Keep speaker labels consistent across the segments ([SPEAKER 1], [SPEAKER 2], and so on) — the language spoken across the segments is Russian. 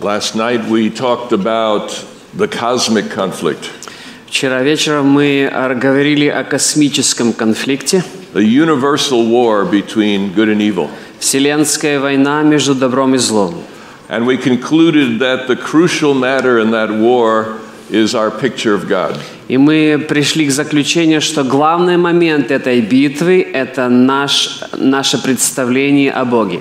[SPEAKER 1] Last night we talked about the cosmic conflict,
[SPEAKER 2] Вчера вечером мы э, говорили о космическом конфликте,
[SPEAKER 1] the universal war between good and evil.
[SPEAKER 2] вселенская война между добром и злом.
[SPEAKER 1] And we concluded that the crucial matter in that war is our picture of God.
[SPEAKER 2] И мы пришли к заключению, что главный момент этой битвы – это наш, наше представление о Боге.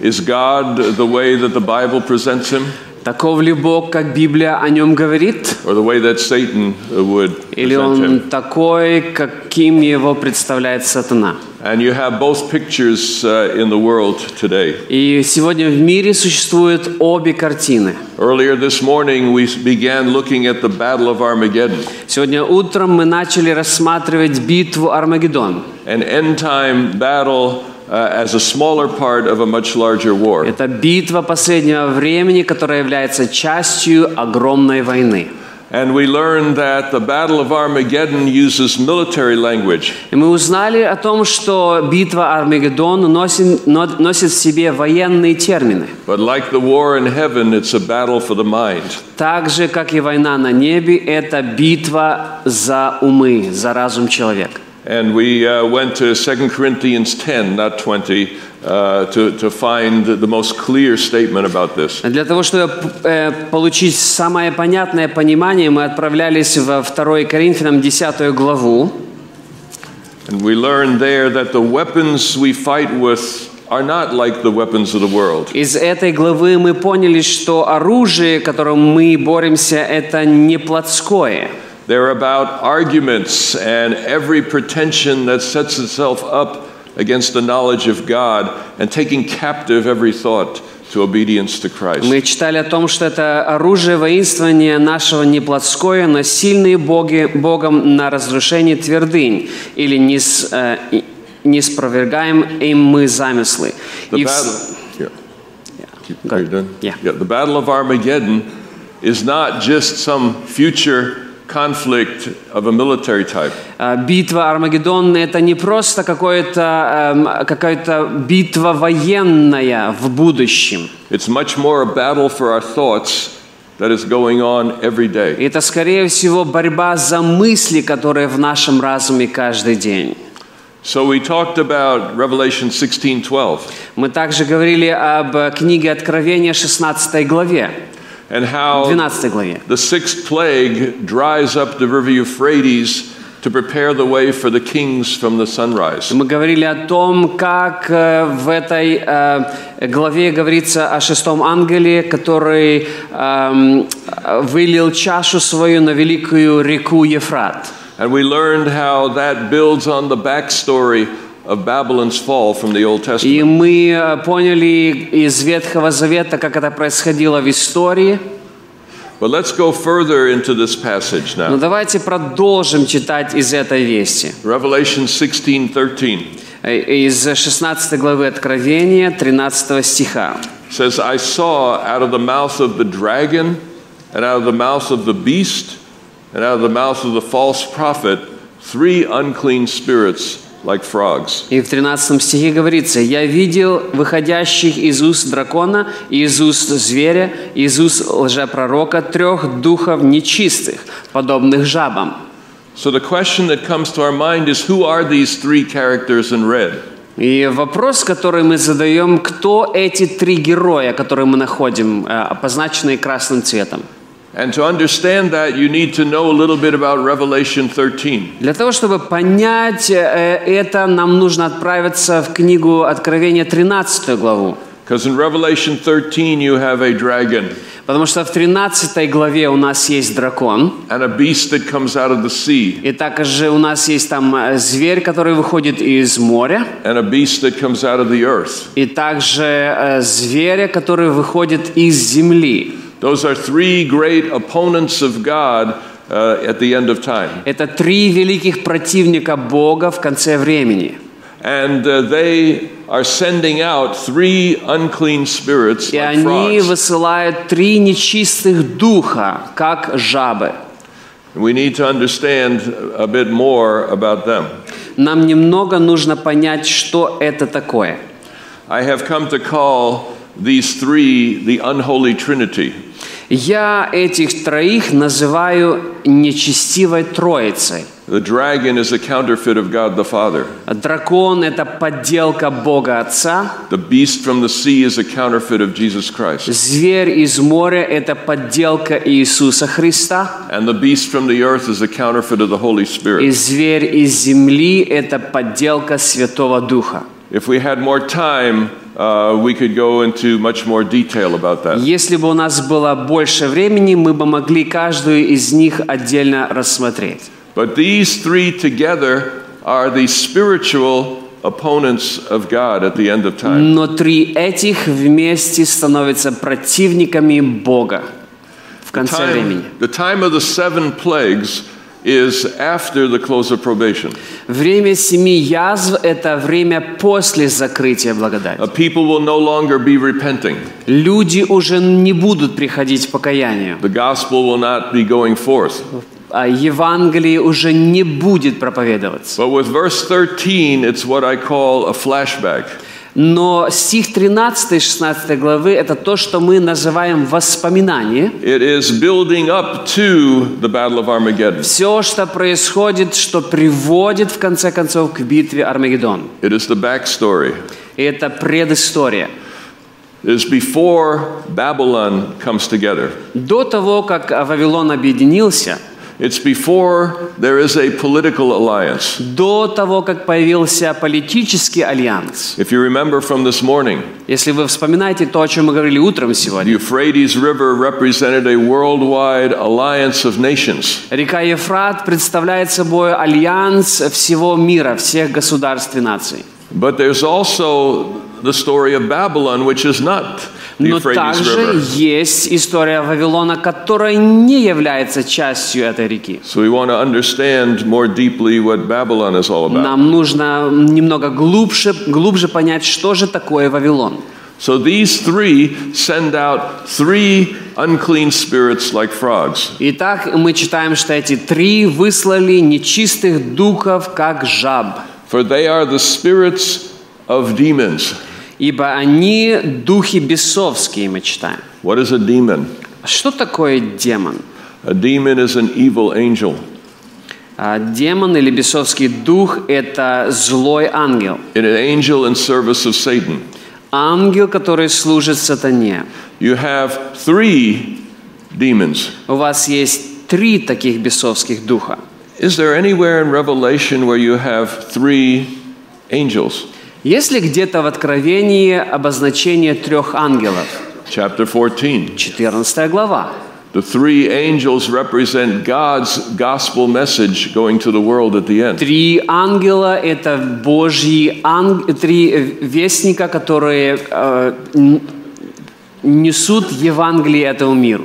[SPEAKER 1] Is God the way that the Bible presents him,
[SPEAKER 2] Таков ли Бог, как Библия о нем говорит,
[SPEAKER 1] or the way that Satan uh, would
[SPEAKER 2] или
[SPEAKER 1] present him?
[SPEAKER 2] он такой, каким его представляет сатана?
[SPEAKER 1] And you have both pictures uh, in the world today.
[SPEAKER 2] И сегодня в мире существуют обе картины.
[SPEAKER 1] Earlier this morning, we began looking at the Battle of Armageddon,
[SPEAKER 2] Сегодня утром мы начали рассматривать битву Армагеддон.
[SPEAKER 1] an end time battle uh, as a smaller part of a much larger war.
[SPEAKER 2] Это битва последнего времени, которая является частью огромной войны.
[SPEAKER 1] And we learned that the Battle of Armageddon uses military language.
[SPEAKER 2] И мы узнали о том, что битва Армагеддон носит, но- носит в себе военные термины.
[SPEAKER 1] But like the war in heaven, it's a battle for the mind.
[SPEAKER 2] Так же, как и война на небе, это битва за умы, за разум человека.
[SPEAKER 1] And we uh, went to 2 Corinthians 10, not 20, uh, to, to find the most clear statement about this.
[SPEAKER 2] Для того, чтобы э, получить самое понятное понимание, мы отправлялись во 2 Коринфянам 10 главу.
[SPEAKER 1] And we learned there that the weapons we fight with are not like the weapons of the world.
[SPEAKER 2] Из этой главы мы поняли, что оружие, которым мы боремся, это не плотское.
[SPEAKER 1] They're about arguments and every pretension that sets itself up against the knowledge of God and taking captive every thought to obedience to Christ.
[SPEAKER 2] Мы читали о том, что это оружие воинствования нашего не плотское, но сильные боги, Богом на разрушение твердынь или не, с, э, и- не спровергаем им мы замыслы.
[SPEAKER 1] The
[SPEAKER 2] И в-
[SPEAKER 1] battle. Yeah.
[SPEAKER 2] Go
[SPEAKER 1] Are you
[SPEAKER 2] ahead.
[SPEAKER 1] done?
[SPEAKER 2] Yeah.
[SPEAKER 1] The Battle of Armageddon is not just some future conflict of a military type.
[SPEAKER 2] А, Битва Армагеддон – это не просто какое-то, эм, какая-то битва военная в будущем.
[SPEAKER 1] It's much more a battle for our thoughts that is going on every day.
[SPEAKER 2] Это, скорее всего, борьба за мысли, которые в нашем разуме каждый день.
[SPEAKER 1] So we talked about Revelation 16:12
[SPEAKER 2] Мы также говорили об э, книге Откровения 16 главе,
[SPEAKER 1] and how
[SPEAKER 2] 12 главе.
[SPEAKER 1] the sixth plague dries up the river Euphrates to prepare the way for the kings from the sunrise.
[SPEAKER 2] Мы говорили о том, как э, в этой э, главе говорится о шестом ангеле, который эм, э, вылил чашу свою на великую реку Ефрат.
[SPEAKER 1] And we learned how that builds on the backstory of Babylon's fall from the Old Testament.
[SPEAKER 2] И мы э, поняли из Ветхого Завета, как это происходило в истории.
[SPEAKER 1] But let's go further into this passage
[SPEAKER 2] Но
[SPEAKER 1] now.
[SPEAKER 2] Ну, давайте продолжим читать из этой вести.
[SPEAKER 1] Revelation 16:13
[SPEAKER 2] Э, Из 16 главы Откровения, 13 стиха.
[SPEAKER 1] says, "I saw out of the mouth of the dragon and out of the mouth of the beast and out of the mouth of the false prophet three unclean spirits like frogs."
[SPEAKER 2] И в 13 стихе говорится, «Я видел выходящих из уст дракона, и из уст зверя, и из уст лжепророка трех духов нечистых, подобных жабам».
[SPEAKER 1] So the question that comes to our mind is who are these three characters in red?
[SPEAKER 2] И вопрос, который мы задаем, кто эти три героя, которые мы находим, э, обозначенные красным цветом?
[SPEAKER 1] And to understand that, you need to know a little bit about Revelation 13.
[SPEAKER 2] Для того, чтобы понять э, это, нам нужно отправиться в книгу Откровения 13 главу.
[SPEAKER 1] Because in Revelation 13, you have a dragon
[SPEAKER 2] Потому что в 13 главе у нас есть дракон,
[SPEAKER 1] and a beast that comes out of the sea,
[SPEAKER 2] и также у нас есть там э, зверь, который выходит из моря,
[SPEAKER 1] and a beast that comes out of the earth.
[SPEAKER 2] и также э, зверя, который выходит из земли.
[SPEAKER 1] Those are three great opponents of God uh, at the end of time.
[SPEAKER 2] Это три великих противника Бога в конце времени.
[SPEAKER 1] And uh, they are sending out three unclean spirits
[SPEAKER 2] И
[SPEAKER 1] like
[SPEAKER 2] они
[SPEAKER 1] frogs.
[SPEAKER 2] высылают три нечистых духа, как жабы.
[SPEAKER 1] We need to understand a bit more about them.
[SPEAKER 2] Нам немного нужно понять, что это такое.
[SPEAKER 1] I have come to call these three the unholy trinity.
[SPEAKER 2] Я этих троих называю нечестивой троицей.
[SPEAKER 1] The dragon is a counterfeit of God the Father.
[SPEAKER 2] Дракон – это подделка Бога Отца.
[SPEAKER 1] The beast from the sea is a counterfeit of Jesus Christ.
[SPEAKER 2] Зверь из моря – это подделка Иисуса Христа.
[SPEAKER 1] And the beast from the earth is a counterfeit of the Holy
[SPEAKER 2] И
[SPEAKER 1] Spirit.
[SPEAKER 2] зверь из земли – это подделка Святого Духа.
[SPEAKER 1] If we had more time, uh, we could go into much more detail about that.
[SPEAKER 2] Если бы у нас было больше времени, мы бы могли каждую из них отдельно рассмотреть.
[SPEAKER 1] But these three together are the spiritual opponents of God at the end of time.
[SPEAKER 2] Но три этих вместе становятся противниками Бога в конце времени.
[SPEAKER 1] Time- the time of the seven plagues is after the close of probation.
[SPEAKER 2] Время семи язв – это время после закрытия благодати.
[SPEAKER 1] Uh, people will no longer be repenting.
[SPEAKER 2] Люди уже не будут приходить к покаянию.
[SPEAKER 1] The gospel will not be going forth.
[SPEAKER 2] А Евангелие уже не будет проповедоваться.
[SPEAKER 1] But with verse 13, it's what I call a flashback.
[SPEAKER 2] Но стих 13-16 главы – это то, что мы называем воспоминание.
[SPEAKER 1] It is building up to the Battle of Armageddon.
[SPEAKER 2] Все, что происходит, что приводит, в конце концов, к битве Армагеддон.
[SPEAKER 1] It is the backstory.
[SPEAKER 2] И это предыстория.
[SPEAKER 1] It is before Babylon comes together.
[SPEAKER 2] До того, как Вавилон объединился,
[SPEAKER 1] It's before there is a political alliance.
[SPEAKER 2] до того, как появился политический альянс,
[SPEAKER 1] If you remember from this morning,
[SPEAKER 2] если вы вспоминаете то, о чем мы говорили утром
[SPEAKER 1] the
[SPEAKER 2] сегодня,
[SPEAKER 1] Euphrates River represented a worldwide alliance of nations.
[SPEAKER 2] река Ефрат представляет собой альянс всего мира, всех государств и наций.
[SPEAKER 1] But there's also the story of Babylon, which is not the
[SPEAKER 2] Но
[SPEAKER 1] Euphrates
[SPEAKER 2] также
[SPEAKER 1] River.
[SPEAKER 2] есть история Вавилона, которая не является частью этой реки.
[SPEAKER 1] So we want to understand more deeply what Babylon is all about.
[SPEAKER 2] Нам нужно немного глубже, глубже понять, что же такое Вавилон.
[SPEAKER 1] So these three send out three unclean spirits like frogs.
[SPEAKER 2] Итак, мы читаем, что эти три выслали нечистых духов, как жаб,
[SPEAKER 1] For they are the spirits of demons.
[SPEAKER 2] ибо они духи бесовские, мы читаем.
[SPEAKER 1] What is a demon?
[SPEAKER 2] Что такое демон?
[SPEAKER 1] A demon is an evil angel.
[SPEAKER 2] А, Демон или бесовский дух – это злой ангел.
[SPEAKER 1] It is an angel in service of Satan.
[SPEAKER 2] Ангел, который служит сатане.
[SPEAKER 1] You have three demons.
[SPEAKER 2] У вас есть три таких бесовских духа.
[SPEAKER 1] Is there anywhere in Revelation where you have three angels?
[SPEAKER 2] Есть ли где-то в Откровении обозначение трех ангелов?
[SPEAKER 1] Chapter 14.
[SPEAKER 2] 14 глава.
[SPEAKER 1] The three angels represent God's gospel message going to the world at the end.
[SPEAKER 2] Три ангела – это Божьи ан- три э, вестника, которые э, н- несут Евангелие этому миру.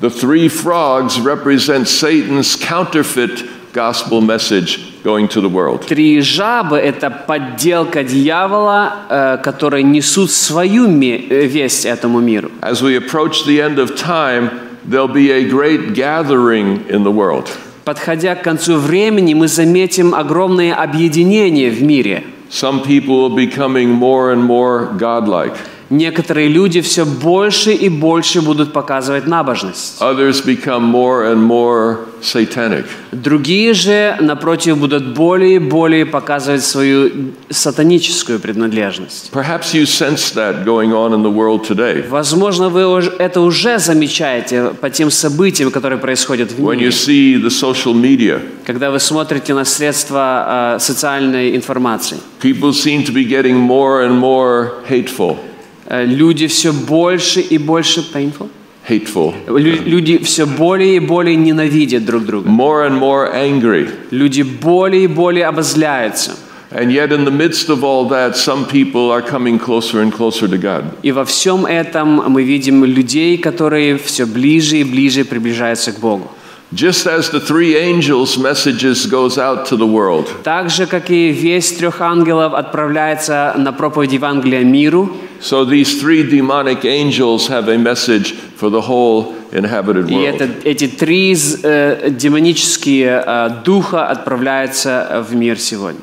[SPEAKER 1] The three frogs represent Satan's counterfeit gospel message going to the world.
[SPEAKER 2] Три жабы – это подделка дьявола, э, которые несут свою ме- э, весть этому миру.
[SPEAKER 1] As we approach the end of time, there'll be a great gathering in the world.
[SPEAKER 2] Подходя к концу времени, мы заметим огромное объединение в мире.
[SPEAKER 1] Some people will be becoming more and more godlike.
[SPEAKER 2] Некоторые люди все больше и больше будут показывать набожность.
[SPEAKER 1] Others become more and more satanic.
[SPEAKER 2] Другие же, напротив, будут более и более показывать свою сатаническую принадлежность.
[SPEAKER 1] Perhaps you sense that going on in the world today.
[SPEAKER 2] Возможно, вы уж- это уже замечаете по тем событиям, которые происходят в
[SPEAKER 1] When
[SPEAKER 2] мире,
[SPEAKER 1] you see the social media,
[SPEAKER 2] когда вы смотрите на средства э, социальной информации.
[SPEAKER 1] People seem to be getting more and more hateful.
[SPEAKER 2] Э, люди все больше и больше... painful?
[SPEAKER 1] Hateful.
[SPEAKER 2] Лю- люди все более и более ненавидят друг друга.
[SPEAKER 1] More and more angry.
[SPEAKER 2] Люди более и более обозляются.
[SPEAKER 1] And yet, in the midst of all that, some people are coming closer and closer to God.
[SPEAKER 2] И во всем этом мы видим людей, которые все ближе и ближе приближаются к Богу.
[SPEAKER 1] Just as the three angels' messages goes out to the world,
[SPEAKER 2] Так же, как и весь трех ангелов отправляется на проповедь Евангелия миру,
[SPEAKER 1] so these three demonic angels have a message for the whole inhabited
[SPEAKER 2] и это,
[SPEAKER 1] world.
[SPEAKER 2] эти три з- э, демонические э, духа отправляются э, в мир сегодня.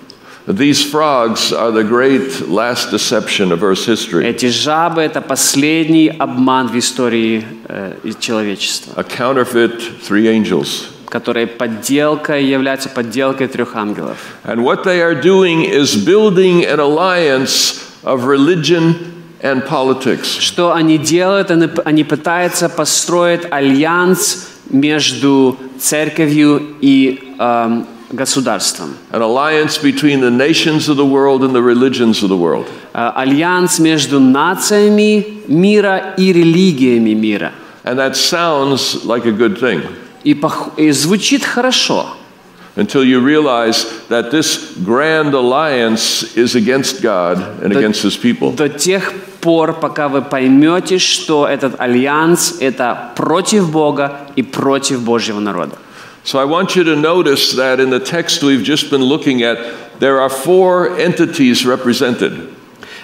[SPEAKER 1] These frogs are the great last deception of Earth's history,
[SPEAKER 2] Эти жабы – это последний обман в истории э, и человечества,
[SPEAKER 1] a counterfeit three angels.
[SPEAKER 2] которая подделка является подделкой трех ангелов.
[SPEAKER 1] And what they are doing is building an alliance of religion and politics.
[SPEAKER 2] Что они делают? Они, они пытаются построить альянс между церковью и эм, государством.
[SPEAKER 1] An alliance between the nations of the world and the religions of the world.
[SPEAKER 2] Э, альянс между нациями мира и религиями мира.
[SPEAKER 1] And that sounds like a good thing
[SPEAKER 2] И, пох- и звучит хорошо,
[SPEAKER 1] until you realize that this grand alliance is against God and against His people.
[SPEAKER 2] до тех пор, пока вы поймете, что этот альянс – это против Бога и против Божьего народа.
[SPEAKER 1] So I want you to notice that in the text we've just been looking at, there are four entities represented.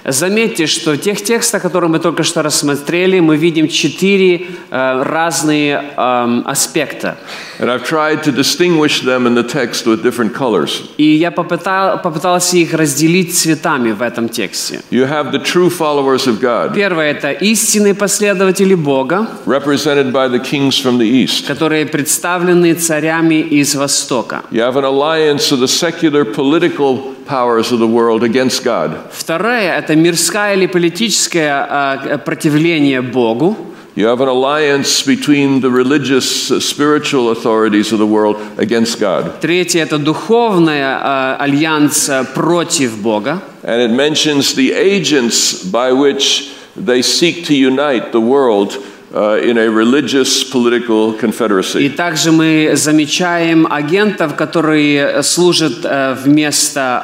[SPEAKER 2] Заметьте, что в тех текстах, которые мы только что рассмотрели, мы видим четыре э, разные эм, аспекта.
[SPEAKER 1] And I've tried to distinguish them in the text with different colors.
[SPEAKER 2] И я попытал- попытался их разделить цветами в этом тексте.
[SPEAKER 1] You have the true followers of God,
[SPEAKER 2] Первое – это истинные последователи Бога,
[SPEAKER 1] represented by the kings from the east.
[SPEAKER 2] которые представлены царями из Востока.
[SPEAKER 1] You have an alliance of the secular political powers of the world against God.
[SPEAKER 2] Второе – это мирское или политическое э, противление Богу.
[SPEAKER 1] You have an alliance between the religious, uh, spiritual authorities of the world against God.
[SPEAKER 2] Третье – это духовное э, альянс э, против Бога.
[SPEAKER 1] And it mentions the agents by which they seek to unite the world uh, in a religious political
[SPEAKER 2] И
[SPEAKER 1] confederacy.
[SPEAKER 2] также мы замечаем агентов, которые служат э, вместо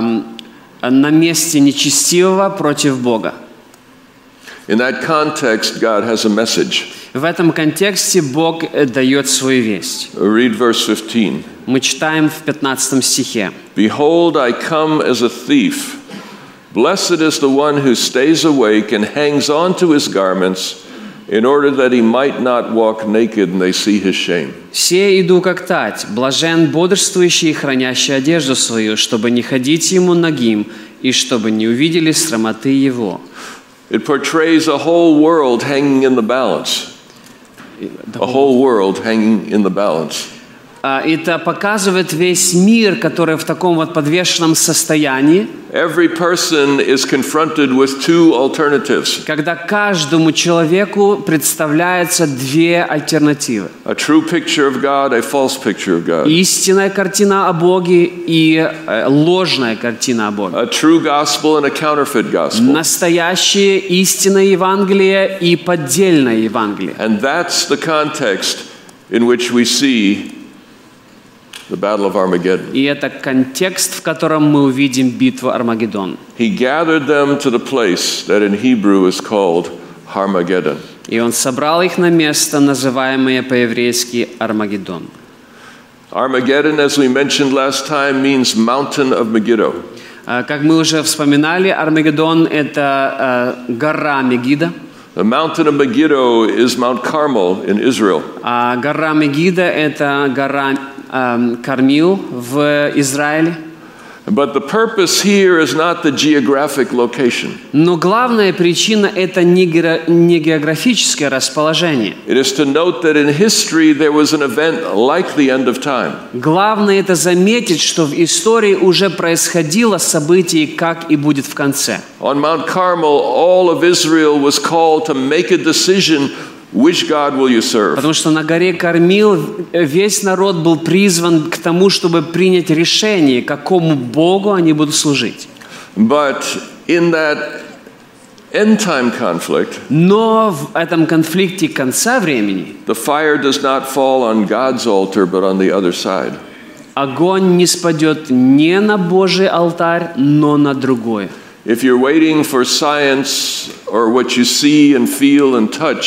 [SPEAKER 2] эм, на месте нечестивого против Бога.
[SPEAKER 1] In that context, God has a message.
[SPEAKER 2] В этом контексте Бог э, дает свою весть.
[SPEAKER 1] Read verse 15.
[SPEAKER 2] Мы читаем в 15 стихе.
[SPEAKER 1] Behold, I come as a thief. Blessed is the one who stays awake and hangs on to his garments in order that he might not walk naked and they see his shame.
[SPEAKER 2] «Все иду как тать, блажен бодрствующий и хранящий одежду свою, чтобы не ходить ему ногим, и чтобы не увидели срамоты его».
[SPEAKER 1] It portrays a whole world hanging in the balance. A whole world hanging in the balance.
[SPEAKER 2] А, Это показывает весь мир, который в таком вот подвешенном состоянии,
[SPEAKER 1] Every person is confronted with two alternatives
[SPEAKER 2] когда каждому человеку представляются две альтернативы.
[SPEAKER 1] a true picture of God, a false picture of God,
[SPEAKER 2] Истинная картина о Боге и э, ложная картина о Боге.
[SPEAKER 1] a true gospel and a counterfeit gospel.
[SPEAKER 2] Настоящее истинное Евангелие и поддельное Евангелие.
[SPEAKER 1] And that's the context in which we see the Battle of Armageddon.
[SPEAKER 2] И это контекст, в котором мы увидим битву Армагеддон.
[SPEAKER 1] He gathered them to the place that in Hebrew is called Harmageddon.
[SPEAKER 2] И он собрал их на место, называемое по-еврейски Армагеддон.
[SPEAKER 1] Armageddon, as we mentioned last time, means mountain of Megiddo.
[SPEAKER 2] А, Как мы уже вспоминали, Армагеддон – это э, гора Мегида.
[SPEAKER 1] The mountain of Megiddo is Mount Carmel in Israel.
[SPEAKER 2] А гора Мегида – это гора эм, Кармил в Израиле.
[SPEAKER 1] But the purpose here is not the geographic location,
[SPEAKER 2] Но главная причина – это не геро- не географическое расположение.
[SPEAKER 1] it is to note that in history there was an event like the end of time.
[SPEAKER 2] Главное – это заметить, что в истории уже происходило событие, как и будет в конце.
[SPEAKER 1] On Mount Carmel, all of Israel was called to make a decision which God will you serve?
[SPEAKER 2] Потому что на горе Кормил весь народ был призван к тому, чтобы принять решение, какому Богу они будут служить.
[SPEAKER 1] But in that end time conflict,
[SPEAKER 2] Но в этом конфликте конца времени
[SPEAKER 1] the fire does not fall on God's altar but on the other side.
[SPEAKER 2] огонь не спадет не на Божий алтарь, но на другой.
[SPEAKER 1] If you're waiting for science or what you see and feel and touch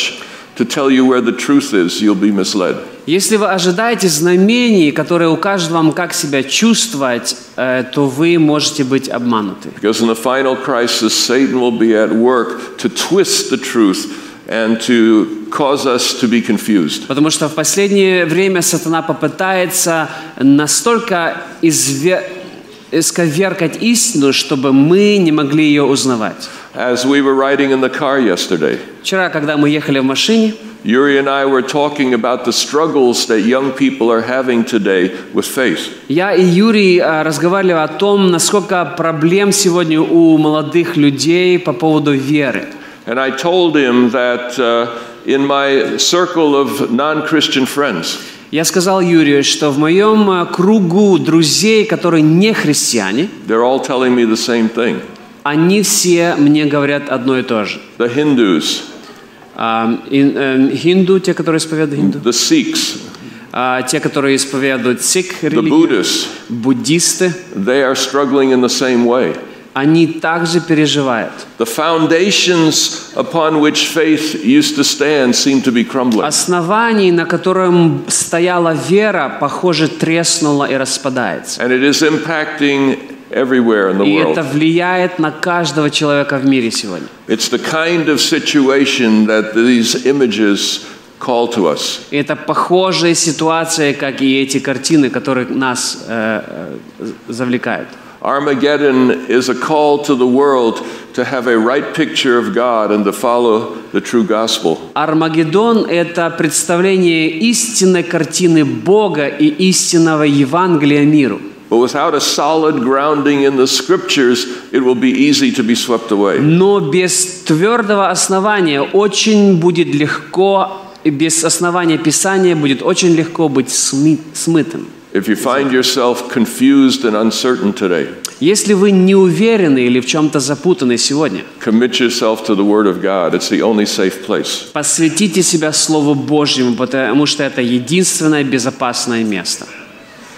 [SPEAKER 1] to tell you where the truth is, you'll be misled.
[SPEAKER 2] Если вы ожидаете знамений, которые укажут вам, как себя чувствовать, э, то вы можете быть обмануты.
[SPEAKER 1] Because in the final crisis, Satan will be at work to twist the truth and to cause us to be confused.
[SPEAKER 2] Потому что в последнее время сатана попытается настолько изве- исковеркать истину, чтобы мы не могли ее узнавать.
[SPEAKER 1] As we were riding in the car yesterday,
[SPEAKER 2] Вчера, когда мы ехали в машине,
[SPEAKER 1] Yuri and I were talking about the struggles that young people are having today with faith.
[SPEAKER 2] я и Юрий э, разговаривали о том, насколько проблем сегодня у молодых людей по поводу веры.
[SPEAKER 1] And I told him that uh, in my circle of non Christian friends,
[SPEAKER 2] Я сказал Юрию, что в моем э, кругу друзей, которые не христиане,
[SPEAKER 1] they're all telling me the same thing.
[SPEAKER 2] они все мне говорят одно и то же.
[SPEAKER 1] The Hindus,
[SPEAKER 2] А, ин- эм, Хинду, те, которые исповедуют хинду,
[SPEAKER 1] the Sikhs,
[SPEAKER 2] а, те, которые исповедуют сикх,
[SPEAKER 1] the
[SPEAKER 2] религию,
[SPEAKER 1] Buddhists,
[SPEAKER 2] буддисты,
[SPEAKER 1] they are struggling in the same way.
[SPEAKER 2] они также переживают.
[SPEAKER 1] The foundations upon which faith used to stand seem to be crumbling.
[SPEAKER 2] Оснований, на котором стояла вера, похоже, треснуло и распадается.
[SPEAKER 1] And it is impacting everywhere in the
[SPEAKER 2] И это
[SPEAKER 1] world.
[SPEAKER 2] влияет на каждого человека в мире сегодня.
[SPEAKER 1] It's the kind of situation that these images call to us.
[SPEAKER 2] И это похожая ситуация, как и эти картины, которые нас э, э, завлекают.
[SPEAKER 1] Armageddon is a call to the world to have a right picture of God and to follow the true gospel.
[SPEAKER 2] Армагеддон – это представление истинной картины Бога и истинного Евангелия миру.
[SPEAKER 1] But without a solid grounding in the scriptures, it will be easy to be swept away.
[SPEAKER 2] Но без твердого основания очень будет легко, и без основания Писания будет очень легко быть смы- смытым.
[SPEAKER 1] If you find yourself confused and uncertain today,
[SPEAKER 2] Если вы не уверены или в чем-то запутаны сегодня,
[SPEAKER 1] commit yourself to the Word of God. It's the only safe place.
[SPEAKER 2] посвятите себя Слову Божьему, потому что это единственное безопасное место.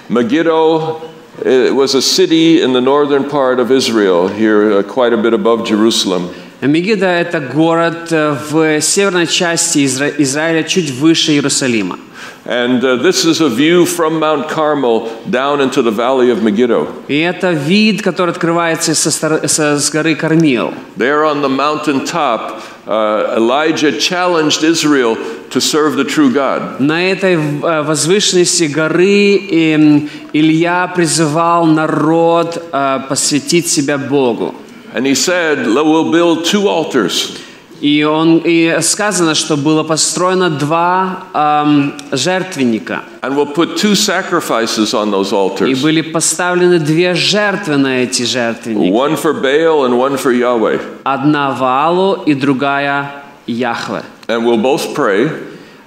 [SPEAKER 1] Megiddo it was a city in the northern part of Israel, here uh, quite a bit above Jerusalem.
[SPEAKER 2] Мегида – это город э, в северной части Изра- Израиля, чуть выше Иерусалима.
[SPEAKER 1] And uh, this is a view from Mount Carmel down into the valley of Megiddo.
[SPEAKER 2] И это вид, который открывается со стор- со- с горы Кармил.
[SPEAKER 1] There on the mountaintop, uh, Elijah challenged Israel to serve the true God.
[SPEAKER 2] На этой э, возвышенности горы эм, Илья призывал народ э, посвятить себя Богу.
[SPEAKER 1] And he said, "Lo- We'll build two altars.
[SPEAKER 2] И, он, и сказано, что было построено два эм, жертвенника.
[SPEAKER 1] And we'll put two sacrifices on those
[SPEAKER 2] И
[SPEAKER 1] altars
[SPEAKER 2] были поставлены две жертвы на эти жертвенники.
[SPEAKER 1] one for Baal and one for Yahweh.
[SPEAKER 2] Одна Ваалу и другая Яхве.
[SPEAKER 1] And we'll both pray.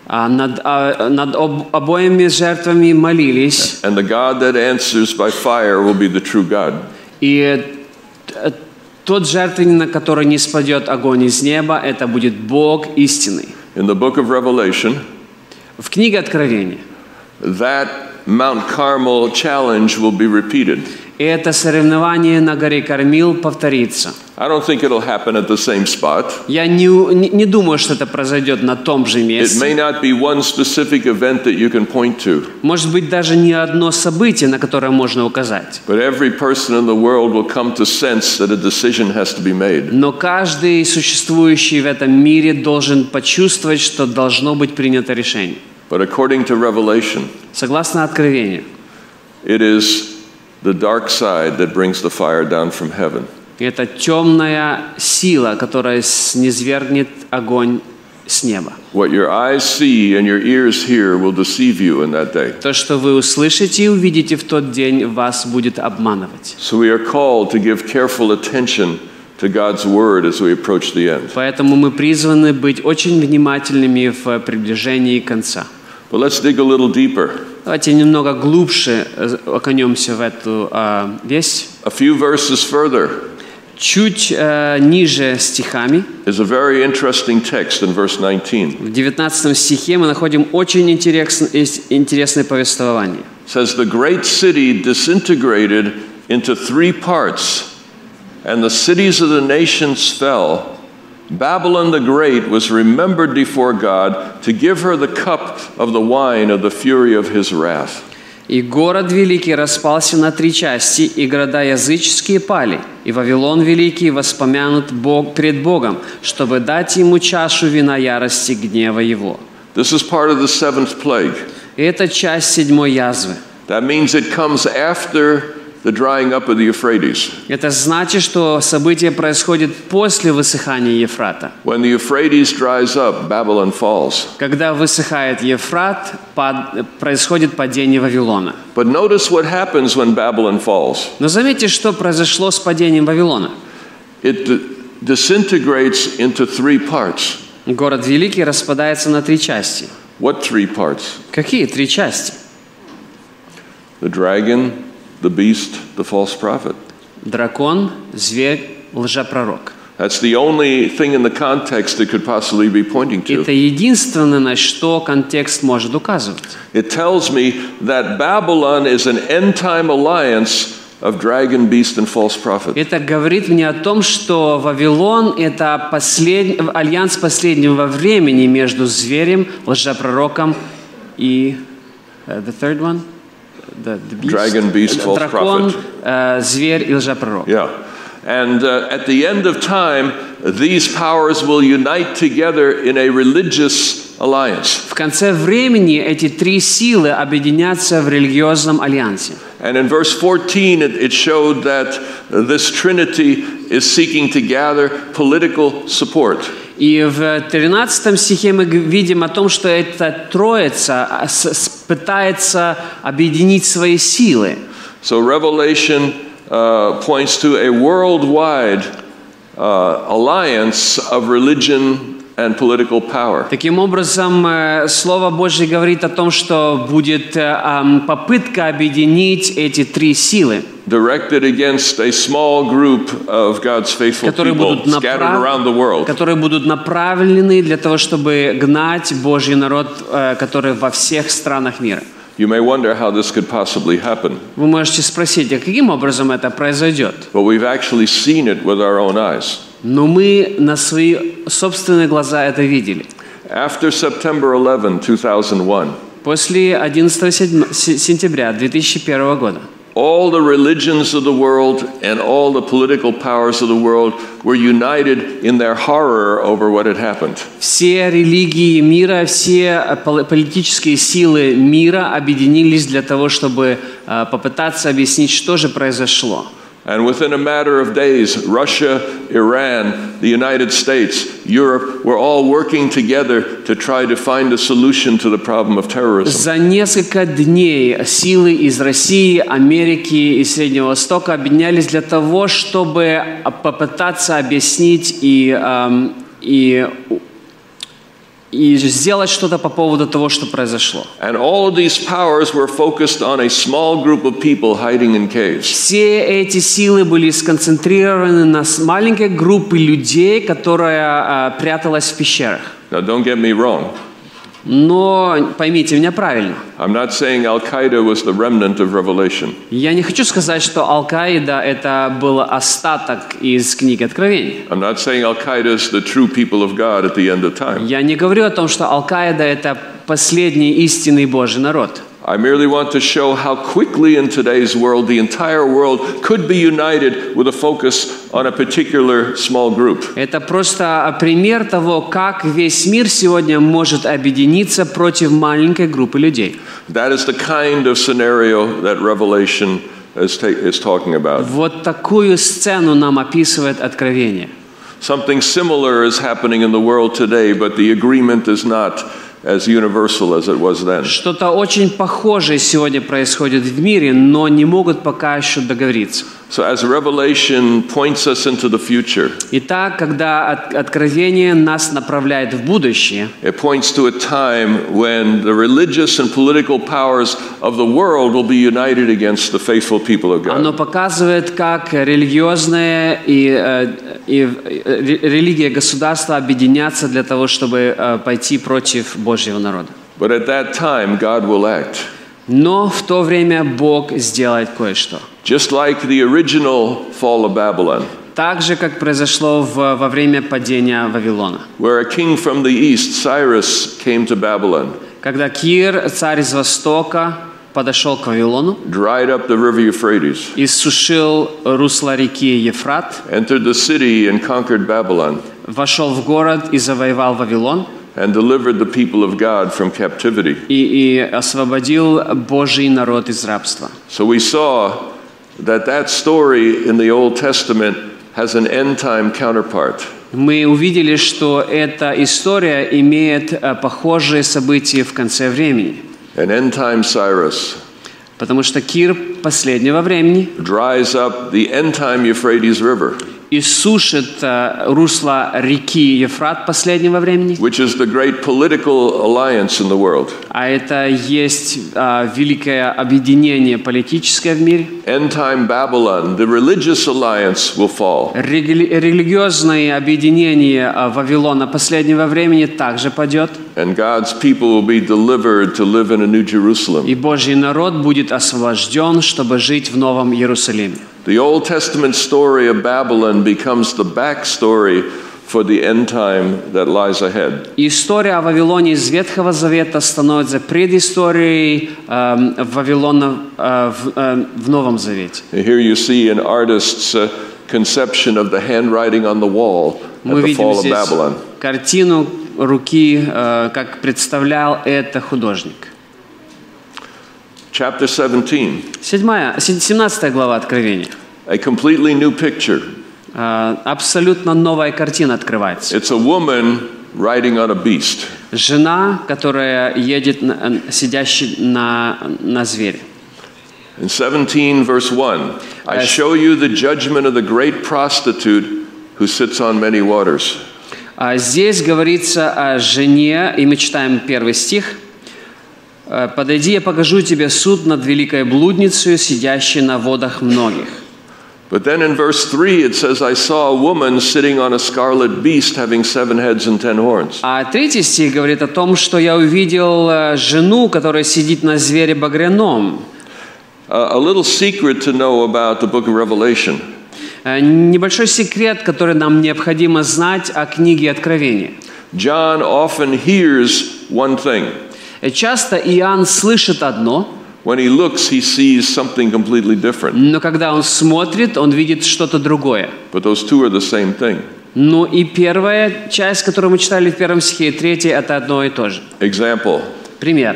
[SPEAKER 2] А над, а, над об- обоими жертвами молились.
[SPEAKER 1] And the God that answers by fire will be the true God.
[SPEAKER 2] И э, тот жертвенник, на который не спадет огонь из неба, это будет Бог истинный.
[SPEAKER 1] In the book of Revelation,
[SPEAKER 2] В книге Откровения
[SPEAKER 1] that Mount Carmel challenge will be repeated.
[SPEAKER 2] это соревнование на горе Кормил повторится.
[SPEAKER 1] I don't think it'll happen at the same spot.
[SPEAKER 2] Я не, у- не- не думаю, что это произойдет на том же
[SPEAKER 1] It
[SPEAKER 2] месте.
[SPEAKER 1] may not be one specific event that you can point to,
[SPEAKER 2] Может быть, даже не одно событие, на которое можно указать.
[SPEAKER 1] but every person in the world will come to sense that a decision has to be made.
[SPEAKER 2] Но каждый существующий в этом мире должен почувствовать, что должно быть принято решение.
[SPEAKER 1] But according to Revelation,
[SPEAKER 2] Согласно Откровению,
[SPEAKER 1] it is the dark side that brings the fire down from heaven.
[SPEAKER 2] Это темная сила, которая низвергнет огонь с неба.
[SPEAKER 1] What your eyes see and your ears hear will deceive you in that day.
[SPEAKER 2] То, что вы услышите и увидите в тот день, вас будет обманывать.
[SPEAKER 1] So we are called to give careful attention to God's word as we approach the end.
[SPEAKER 2] Поэтому мы призваны быть очень внимательными в приближении конца.
[SPEAKER 1] But let's dig a little deeper.
[SPEAKER 2] Давайте немного глубже э, окунемся в эту э, весть.
[SPEAKER 1] A few verses further
[SPEAKER 2] Чуть э, ниже стихами,
[SPEAKER 1] is a very interesting text in verse 19.
[SPEAKER 2] в 19 стихе мы находим очень интерес- ис- интересное повествование.
[SPEAKER 1] It says the great city disintegrated into three parts, and the cities of the nations fell. Babylon the Great was remembered before God to give her the cup of the wine of the fury of his wrath.
[SPEAKER 2] И город великий распался на три части, и города языческие пали, и Вавилон великий воспомянут Бог пред Богом, чтобы дать ему чашу вина ярости гнева его.
[SPEAKER 1] This is part of the seventh plague.
[SPEAKER 2] И это часть седьмой язвы.
[SPEAKER 1] That means it comes after the drying up of the Euphrates.
[SPEAKER 2] Это значит, что событие происходит после высыхания Ефрата.
[SPEAKER 1] When the Euphrates dries up, Babylon falls.
[SPEAKER 2] Когда высыхает Ефрат, пад- происходит падение Вавилона.
[SPEAKER 1] But notice what happens when Babylon falls
[SPEAKER 2] Но заметьте, что произошло с падением Вавилона.
[SPEAKER 1] it d- disintegrates into three parts.
[SPEAKER 2] Город Великий распадается на три части.
[SPEAKER 1] What three parts?
[SPEAKER 2] Какие три части?
[SPEAKER 1] The dragon, the beast, the false prophet.
[SPEAKER 2] Дракон, зверь, лжепророк.
[SPEAKER 1] That's the only thing in the context it could possibly be pointing to.
[SPEAKER 2] Это единственное, на что контекст может указывать.
[SPEAKER 1] It tells me that Babylon is an end time alliance of dragon, beast, and false prophet.
[SPEAKER 2] Это говорит мне о том, что Вавилон – это послед- альянс последнего времени между зверем, лжепророком и… э, the third one? The- the beast.
[SPEAKER 1] Dragon, beast, false
[SPEAKER 2] Дракон,
[SPEAKER 1] prophet.
[SPEAKER 2] э, зверь и лжепророк.
[SPEAKER 1] Yeah. And uh, at the end of time, these powers will unite together in a religious alliance.
[SPEAKER 2] В конце времени эти три силы объединятся в религиозном альянсе.
[SPEAKER 1] And in verse 14, it, it showed that uh, this trinity is seeking to gather political support.
[SPEAKER 2] И в 13 стихе мы г- видим о том, что эта троица а, с- с- пытается объединить свои силы.
[SPEAKER 1] So Revelation uh, points to a worldwide uh, alliance of religion and political power.
[SPEAKER 2] Таким образом, э, Слово Божье говорит о том, что будет э, ам, попытка объединить эти три силы,
[SPEAKER 1] directed against a small group of God's faithful
[SPEAKER 2] которые
[SPEAKER 1] people
[SPEAKER 2] будут,
[SPEAKER 1] scattered
[SPEAKER 2] направ-
[SPEAKER 1] around the world.
[SPEAKER 2] которые будут направлены для того, чтобы гнать Божий народ, э, который во всех странах мира.
[SPEAKER 1] You may wonder how this could possibly happen,
[SPEAKER 2] Вы можете спросить, а каким образом это произойдет?
[SPEAKER 1] but we've actually seen it with our own eyes.
[SPEAKER 2] Но мы на свои собственные глаза это видели.
[SPEAKER 1] After September 11, 2001,
[SPEAKER 2] После 11 седьм- се- сентября 2001 года
[SPEAKER 1] all the religions of the world and all the political powers of the world were united in their horror over what had happened.
[SPEAKER 2] все религии мира, все э, пол- политические силы мира объединились для того, чтобы э, попытаться объяснить, что же произошло.
[SPEAKER 1] And within a matter of days, Russia, Iran, the United States, Europe were all working together to try to find a solution to the problem of terrorism.
[SPEAKER 2] За несколько дней силы из России, Америки и Среднего Востока объединялись для того, чтобы э, попытаться объяснить и, эм, и, и сделать что-то по поводу того, что произошло.
[SPEAKER 1] And all of these powers were focused on a small group of people hiding in caves.
[SPEAKER 2] Все эти силы были сконцентрированы на с- маленькой группе людей, которая э, пряталась в пещерах.
[SPEAKER 1] Now, don't get me wrong.
[SPEAKER 2] Но поймите меня правильно.
[SPEAKER 1] I'm not saying Al Qaeda was the remnant of Revelation.
[SPEAKER 2] Я не хочу сказать, что Ал-Каида – это был остаток из книги Откровения.
[SPEAKER 1] I'm not saying Al Qaeda is the true people of God at the end of time.
[SPEAKER 2] Я не говорю о том, что Ал-Каида – это последний истинный Божий народ.
[SPEAKER 1] I merely want to show how quickly in today's world the entire world could be united with a focus on a particular small group.
[SPEAKER 2] Это просто а, пример того, как весь мир сегодня может объединиться против маленькой группы людей.
[SPEAKER 1] That is the kind of scenario that Revelation is, ta- is talking about.
[SPEAKER 2] Вот такую сцену нам описывает Откровение.
[SPEAKER 1] Something similar is happening in the world today, but the agreement is not as universal as it was then.
[SPEAKER 2] Что-то очень похожее сегодня происходит в мире, но не могут пока еще договориться.
[SPEAKER 1] So, as Revelation points us into the future,
[SPEAKER 2] Итак, когда от- Откровение нас направляет в будущее,
[SPEAKER 1] it points to a time when the religious and political powers of the world will be united against the faithful people of
[SPEAKER 2] Оно
[SPEAKER 1] God.
[SPEAKER 2] показывает, как религиозная и, э, и, э, ре- религия государства объединятся для того, чтобы э, пойти против Божьего народа.
[SPEAKER 1] But at that time, God will act.
[SPEAKER 2] Но в то время Бог сделает кое-что.
[SPEAKER 1] Just like the original fall of Babylon,
[SPEAKER 2] Так же, как произошло в- во время падения Вавилона.
[SPEAKER 1] where a king from the east, Cyrus, came to Babylon.
[SPEAKER 2] Когда Кир, царь из Востока, подошел к Вавилону,
[SPEAKER 1] dried up the river Euphrates,
[SPEAKER 2] иссушил русло реки Ефрат,
[SPEAKER 1] entered the city and conquered Babylon,
[SPEAKER 2] вошел в город и завоевал Вавилон,
[SPEAKER 1] and delivered the people of God from captivity.
[SPEAKER 2] и, и освободил Божий народ из рабства.
[SPEAKER 1] So we saw that that story in the Old Testament has an end time counterpart.
[SPEAKER 2] Мы увидели, что эта история имеет э, похожие события в конце времени,
[SPEAKER 1] An end time Cyrus
[SPEAKER 2] потому что Кир последнего времени
[SPEAKER 1] dries up the end time Euphrates River,
[SPEAKER 2] иссушит э, русло реки Ефрат последнего времени,
[SPEAKER 1] which is the great political alliance in the world.
[SPEAKER 2] а это есть э, великое объединение политическое в мире.
[SPEAKER 1] End time Babylon, the religious alliance, will fall.
[SPEAKER 2] Рели- религиозное объединение э, Вавилона последнего времени также падет,
[SPEAKER 1] And God's people will be delivered to live in a new Jerusalem.
[SPEAKER 2] и Божий народ будет освобожден, чтобы жить в Новом Иерусалиме.
[SPEAKER 1] The Old Testament story of Babylon becomes the backstory for the end time that lies ahead.
[SPEAKER 2] История о Вавилоне из Ветхого Завета становится предысторией эм, Вавилона э, в, э, в Новом Завете.
[SPEAKER 1] And here you see an artist's uh, conception of the handwriting on the wall at
[SPEAKER 2] Мы
[SPEAKER 1] the
[SPEAKER 2] видим
[SPEAKER 1] fall of
[SPEAKER 2] здесь
[SPEAKER 1] Babylon.
[SPEAKER 2] картину руки, э, как представлял это художник.
[SPEAKER 1] Chapter 17,
[SPEAKER 2] Седьмая, се- 17 глава Откровения.
[SPEAKER 1] a completely new picture.
[SPEAKER 2] Э, Абсолютно новая картина открывается.
[SPEAKER 1] It's a woman riding on a beast.
[SPEAKER 2] Жена, которая едет, на- э, сидящий на, на звере.
[SPEAKER 1] In 17, verse 1, I
[SPEAKER 2] Yes.
[SPEAKER 1] show you the judgment of the great prostitute who sits on many waters.
[SPEAKER 2] А Здесь говорится о жене, и мы читаем первый стих. Э, «Подойди, я покажу тебе суд над великой блудницей, сидящей на водах многих».
[SPEAKER 1] But then in verse 3, it says, I saw a woman sitting on a scarlet beast having seven heads and ten horns.
[SPEAKER 2] А третий стих говорит о том, что я увидел э, жену, которая сидит на звере багряном.
[SPEAKER 1] Uh, a little secret to know about the book of Revelation.
[SPEAKER 2] Э, Небольшой секрет, который нам необходимо знать о книге Откровения.
[SPEAKER 1] John often hears one thing.
[SPEAKER 2] Э, Часто Иоанн слышит одно,
[SPEAKER 1] When he looks, he sees something completely different.
[SPEAKER 2] но когда он смотрит, он видит что-то другое.
[SPEAKER 1] But those two are the same thing.
[SPEAKER 2] Ну и первая часть, которую мы читали в первом стихе, и третья, это одно и то же.
[SPEAKER 1] Example
[SPEAKER 2] Пример.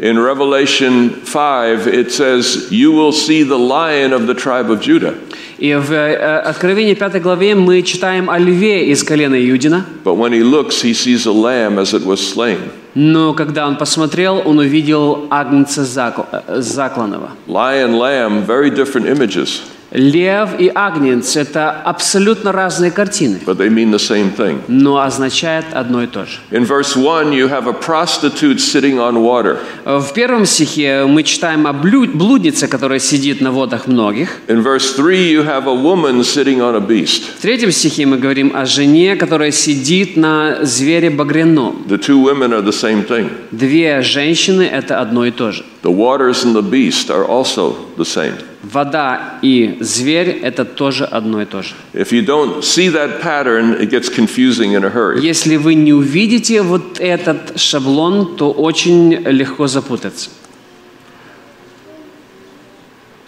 [SPEAKER 1] In Revelation 5, it says, You will see the lion of the tribe of Judah.
[SPEAKER 2] И в э, Откровении 5 главе мы читаем о льве из колена Юдина,
[SPEAKER 1] But when he looks, he sees a lamb as it was slain.
[SPEAKER 2] но когда он посмотрел, он увидел агнца закл- э, закланного.
[SPEAKER 1] Lion, lamb, very different images,
[SPEAKER 2] Лев и агнец – это абсолютно разные картины,
[SPEAKER 1] but they mean the same thing.
[SPEAKER 2] но означает одно и то же.
[SPEAKER 1] In verse 1, you have a prostitute sitting on water.
[SPEAKER 2] Э, В первом стихе мы читаем о блю- блуднице, которая сидит на водах многих.
[SPEAKER 1] In verse 3, you have a woman sitting on a beast.
[SPEAKER 2] В третьем стихе мы говорим о жене, которая сидит на звере багряном.
[SPEAKER 1] The two women are the same thing.
[SPEAKER 2] Две женщины – это одно и то же.
[SPEAKER 1] The waters and the beast are also the same.
[SPEAKER 2] Вода и зверь – это тоже одно и то же.
[SPEAKER 1] If you don't see that pattern, it gets confusing in a hurry.
[SPEAKER 2] Если вы не увидите вот этот шаблон, то очень легко запутаться.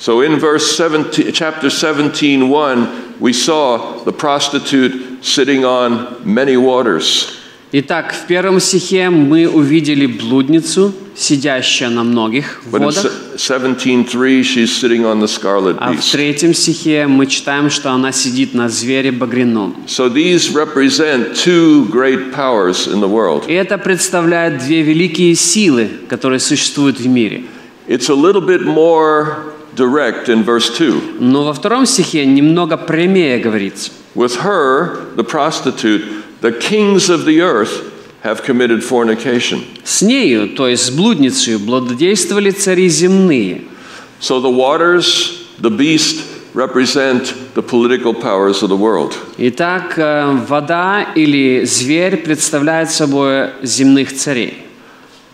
[SPEAKER 1] So in verse 17, chapter 17, 1, we saw the prostitute sitting on many waters.
[SPEAKER 2] Итак, в первом стихе мы увидели блудницу, сидящую на многих
[SPEAKER 1] But in
[SPEAKER 2] водах,
[SPEAKER 1] 17.3, she's sitting on the scarlet
[SPEAKER 2] а в
[SPEAKER 1] beast.
[SPEAKER 2] третьем стихе мы читаем, что она сидит на звере багряном.
[SPEAKER 1] So these represent two great powers in the world.
[SPEAKER 2] И это представляет две великие силы, которые существуют в мире.
[SPEAKER 1] It's a little bit more direct in verse 2.
[SPEAKER 2] Но во втором стихе немного прямее говорится.
[SPEAKER 1] With her, the prostitute, the kings of the earth have committed fornication.
[SPEAKER 2] С нею, то есть с блудницей, блудодействовали цари земные.
[SPEAKER 1] So the waters, the beast, represent the political powers of the world.
[SPEAKER 2] Итак, э, вода или зверь представляет собой земных царей.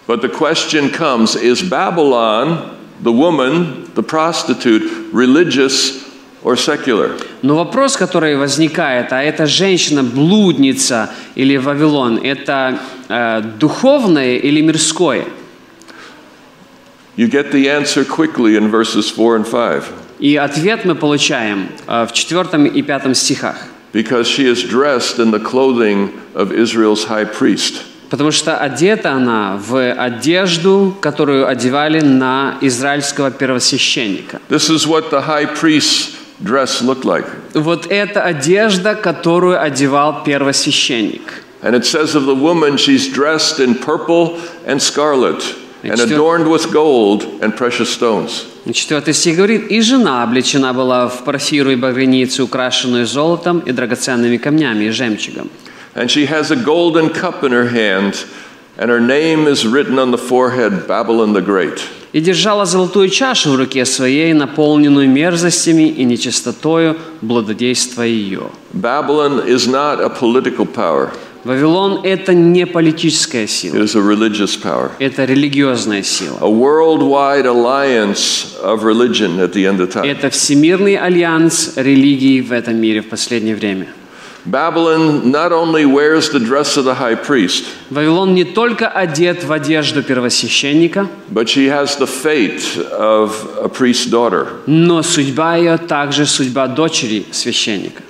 [SPEAKER 1] But the question comes is Babylon, the woman, the prostitute, religious or secular?
[SPEAKER 2] Но вопрос, который возникает, а эта женщина блудница или Вавилон, это э, духовное или мирское?
[SPEAKER 1] You get the answer quickly in verses 4 and 5
[SPEAKER 2] И ответ мы получаем э, в четвертом и пятом стихах.
[SPEAKER 1] because she is dressed in the clothing of Israel's high priest.
[SPEAKER 2] Потому что одета она в одежду, которую одевали на израильского первосвященника.
[SPEAKER 1] This is what the high priest's dress looked like.
[SPEAKER 2] Вот это одежда, которую одевал первосвященник.
[SPEAKER 1] And it says of the woman, she's dressed in purple and scarlet, and
[SPEAKER 2] Excuse-
[SPEAKER 1] adorned with gold and precious stones.
[SPEAKER 2] И Четвертый стих говорит, «И жена облечена была в порфиру и багряницу, украшенную золотом и драгоценными камнями и жемчугом».
[SPEAKER 1] And she has a golden cup in her hand, and her name is written on the forehead Babylon the Great.
[SPEAKER 2] И держала золотую чашу в руке своей, наполненную мерзостями и нечистотою блудодейства ее.
[SPEAKER 1] Babylon is not a political power,
[SPEAKER 2] Вавилон – это не политическая сила,
[SPEAKER 1] it is a religious power.
[SPEAKER 2] это религиозная сила.
[SPEAKER 1] A worldwide alliance of religion at the end of time.
[SPEAKER 2] Это всемирный альянс религий в этом мире в последнее время.
[SPEAKER 1] Babylon not only wears the dress of the high priest,
[SPEAKER 2] Вавилон не только одет в одежду первосвященника,
[SPEAKER 1] but she has the fate of a priest's daughter.
[SPEAKER 2] но судьба ее также судьба дочери священника.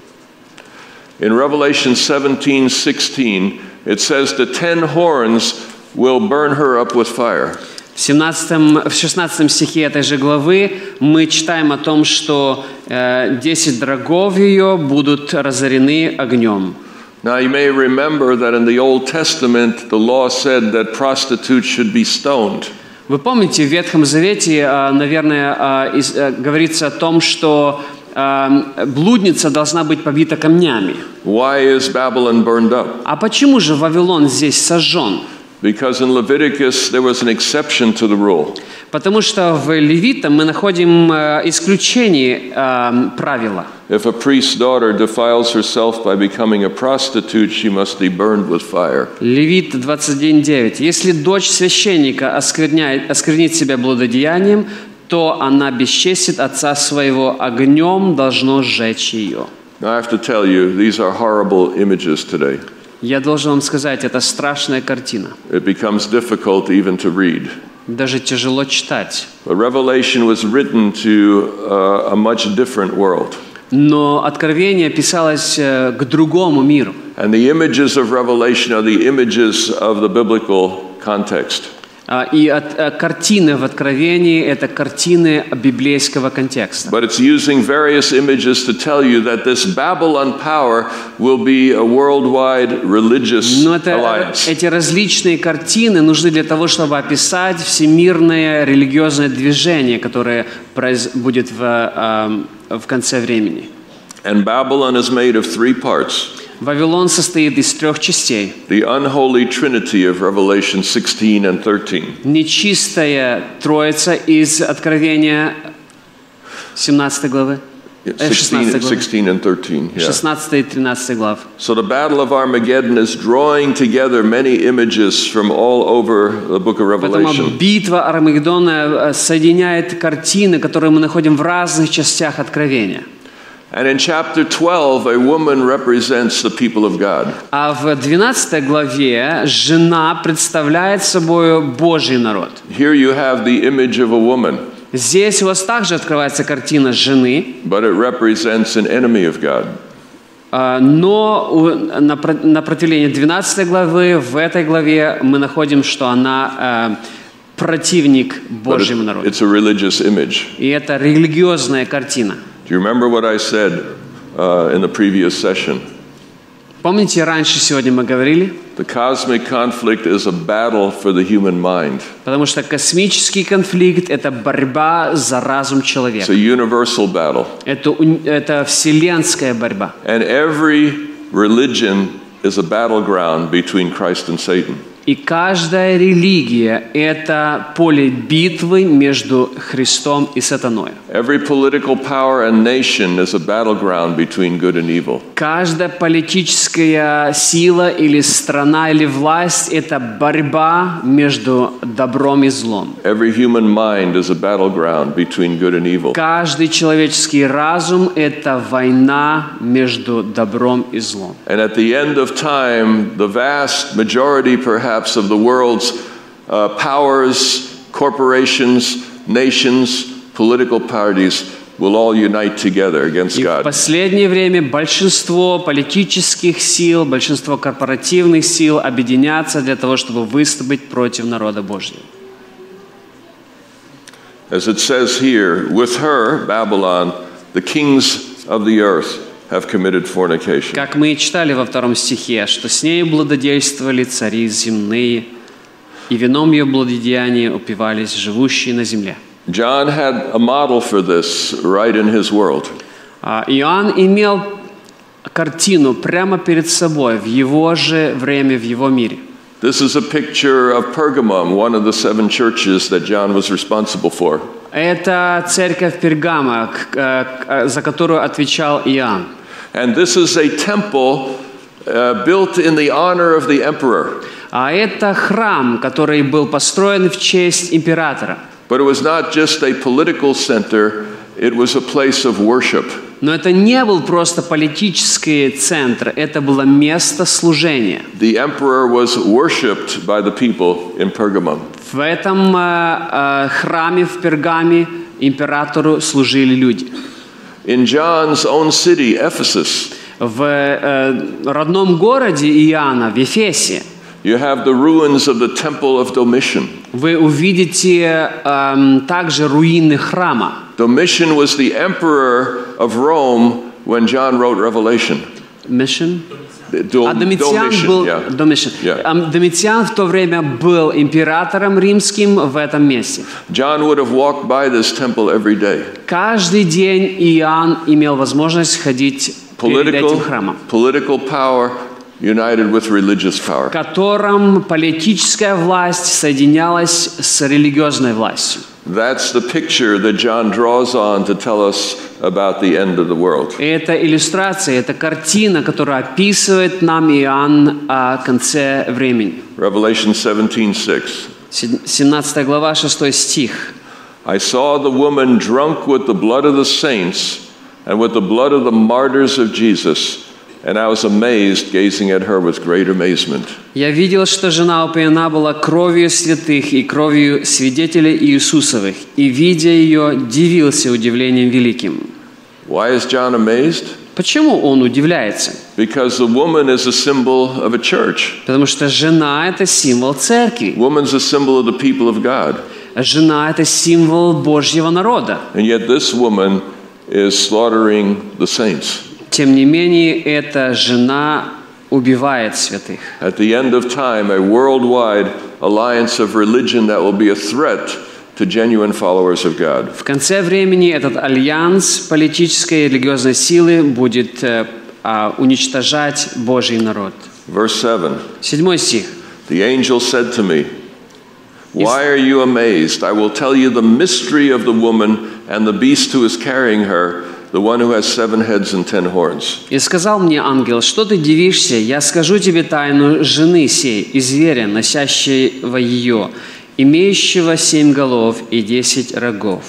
[SPEAKER 1] In Revelation 17 16, it says the ten horns will burn her up with fire.
[SPEAKER 2] В, 17, в 16 стихе этой же главы мы читаем о том, что э, 10 врагов ее будут разорены огнем.
[SPEAKER 1] Now, you may remember that in the Old Testament, the law said that prostitutes should be stoned.
[SPEAKER 2] Вы помните, в Ветхом Завете, э, наверное, э, из- э, говорится о том, что э, блудница должна быть побита камнями.
[SPEAKER 1] Why is Babylon burned up?
[SPEAKER 2] А почему же Вавилон здесь сожжен?
[SPEAKER 1] Because in Leviticus, there was an exception to the rule.
[SPEAKER 2] Потому что в Левитам мы находим э, исключение э, правила.
[SPEAKER 1] If a priest's daughter defiles herself by becoming a prostitute, she must be burned with fire.
[SPEAKER 2] Левит 21.9. «Если дочь священника оскверняет, осквернит себя блудодеянием, то она бесчестит отца своего, огнем должно сжечь ее».
[SPEAKER 1] Now, I have to tell you, these are horrible images today.
[SPEAKER 2] Я должен вам сказать, это страшная картина.
[SPEAKER 1] It becomes difficult even to read.
[SPEAKER 2] Даже тяжело читать.
[SPEAKER 1] But Revelation was written to uh, a much different world.
[SPEAKER 2] Но откровение писалось э, к другому миру.
[SPEAKER 1] And the images of Revelation are the images of the biblical context.
[SPEAKER 2] А, И от- э, картины в откровении – это картины библейского контекста.
[SPEAKER 1] But it's using various images to tell you that this Babylon power will be a worldwide religious
[SPEAKER 2] Но это, э,
[SPEAKER 1] alliance.
[SPEAKER 2] эти различные картины нужны для того, чтобы описать всемирное религиозное движение, которое произ- будет в, эм, в конце времени.
[SPEAKER 1] And Babylon is made of three parts
[SPEAKER 2] Вавилон состоит из трех частей.
[SPEAKER 1] the unholy trinity of Revelation 16 and 13.
[SPEAKER 2] Нечистая троица из Откровения 17 главы.
[SPEAKER 1] Yeah,
[SPEAKER 2] Э,
[SPEAKER 1] 16,
[SPEAKER 2] 16 главы.
[SPEAKER 1] 16 and 13. Yeah.
[SPEAKER 2] 16 и 13 глав.
[SPEAKER 1] So the Battle of Armageddon is drawing together many images from all over the book of
[SPEAKER 2] Поэтому
[SPEAKER 1] Revelation.
[SPEAKER 2] битва Армагеддона э, соединяет картины, которые мы находим в разных частях Откровения.
[SPEAKER 1] And in chapter 12, a woman represents the people of God.
[SPEAKER 2] А в 12 главе жена представляет собой Божий народ.
[SPEAKER 1] Here you have the image of a woman,
[SPEAKER 2] Здесь у вас также открывается картина жены,
[SPEAKER 1] but it represents an enemy of God.
[SPEAKER 2] а, но у- на про- на противление 12 главы в этой главе мы находим, что она э, противник
[SPEAKER 1] But
[SPEAKER 2] Божьему
[SPEAKER 1] it-
[SPEAKER 2] народу.
[SPEAKER 1] it's a religious image.
[SPEAKER 2] И это религиозная картина.
[SPEAKER 1] Do you remember what I said uh, in the previous session?
[SPEAKER 2] Помните, раньше сегодня мы говорили,
[SPEAKER 1] The cosmic conflict is a battle for the human mind.
[SPEAKER 2] потому что космический конфликт – это борьба за разум
[SPEAKER 1] It's a
[SPEAKER 2] человека.
[SPEAKER 1] universal battle.
[SPEAKER 2] Это, уни- это вселенская борьба.
[SPEAKER 1] And every religion is a battleground between Christ and Satan.
[SPEAKER 2] И каждая религия – это поле битвы между Христом и сатаной.
[SPEAKER 1] Every political power and nation is a battleground between good and evil.
[SPEAKER 2] Каждая политическая сила или страна или власть – это борьба между добром и злом.
[SPEAKER 1] Every human mind is a battleground between good and evil.
[SPEAKER 2] Каждый человеческий разум – это война между добром и злом.
[SPEAKER 1] And at the end of time, the vast majority, perhaps, of the world's uh, powers, corporations, nations, political parties will all unite together against
[SPEAKER 2] И в
[SPEAKER 1] God.
[SPEAKER 2] последнее время большинство политических сил, большинство корпоративных сил объединятся для того, чтобы выступить против народа Божьего.
[SPEAKER 1] As it says here, with her, Babylon, the kings of the earth have committed fornication.
[SPEAKER 2] Как мы и читали во втором стихе, что с ней блудодействовали цари земные, и вином ее блудодеяния упивались живущие на земле.
[SPEAKER 1] John had a model for this right in his world.
[SPEAKER 2] А Иоанн имел картину прямо перед собой в его же время, в его мире.
[SPEAKER 1] This is a picture of Pergamum, one of the seven churches that John was responsible for.
[SPEAKER 2] Это церковь Пергама, к- к- э, за которую отвечал Иоанн.
[SPEAKER 1] And this is a temple uh, built in the honor of the emperor.
[SPEAKER 2] А это храм, который был построен в честь императора.
[SPEAKER 1] But it was not just a political center, it was a place of worship.
[SPEAKER 2] Но это не был просто политический центр, это было место служения.
[SPEAKER 1] The emperor was worshiped by the people in Pergamum.
[SPEAKER 2] В этом э, э, храме в Пергаме императору служили люди.
[SPEAKER 1] In John's own city, Ephesus,
[SPEAKER 2] В э, родном городе Иоанна, в Ефесе,
[SPEAKER 1] you have the ruins of the temple of Domitian.
[SPEAKER 2] вы увидите эм, также руины храма.
[SPEAKER 1] Domitian was the emperor of Rome when John wrote Revelation.
[SPEAKER 2] Mission?
[SPEAKER 1] Dom-
[SPEAKER 2] А Домициан
[SPEAKER 1] Domitian,
[SPEAKER 2] был...
[SPEAKER 1] yeah.
[SPEAKER 2] Домишин.
[SPEAKER 1] Yeah.
[SPEAKER 2] Ам, Домициан в то время был императором римским в этом месте.
[SPEAKER 1] John would have walked by this temple every day.
[SPEAKER 2] Каждый день Иоанн имел возможность ходить перед этим
[SPEAKER 1] Political,
[SPEAKER 2] храмом,
[SPEAKER 1] political power united with religious power.
[SPEAKER 2] в котором политическая власть соединялась с религиозной властью.
[SPEAKER 1] That's the picture that John draws on to tell us about the end of the world.
[SPEAKER 2] И это иллюстрация, это картина, которая описывает нам Иоанн о конце времени.
[SPEAKER 1] Revelation 17:6.
[SPEAKER 2] Сед- 17 глава, 6 стих.
[SPEAKER 1] I saw the woman drunk with the blood of the saints and with the blood of the martyrs of Jesus, and I was amazed, gazing at her with great amazement.
[SPEAKER 2] «Я видел, что жена опьяна была кровью святых и кровью свидетелей Иисусовых, и, видя ее, дивился удивлением великим».
[SPEAKER 1] Why is John amazed?
[SPEAKER 2] Почему он удивляется?
[SPEAKER 1] Because the woman is a symbol of a church.
[SPEAKER 2] Потому что жена – это символ церкви.
[SPEAKER 1] Woman's a symbol of the people of God.
[SPEAKER 2] Жена – это символ Божьего народа.
[SPEAKER 1] And yet this woman is slaughtering the saints.
[SPEAKER 2] Тем не менее, эта жена убивает святых.
[SPEAKER 1] At the end of time, a worldwide alliance of religion that will be a threat to genuine followers of God.
[SPEAKER 2] В конце времени этот альянс политической и религиозной силы будет э, а, уничтожать Божий народ.
[SPEAKER 1] Verse 7.
[SPEAKER 2] Седьмой стих.
[SPEAKER 1] The angel said to me, Why are you amazed? I will tell you the mystery of the woman and the beast who is carrying her, the one who has seven heads and ten horns.
[SPEAKER 2] И сказал мне ангел, что ты дивишься, я скажу тебе тайну жены сей и зверя, носящего ее, имеющего семь голов и десять рогов.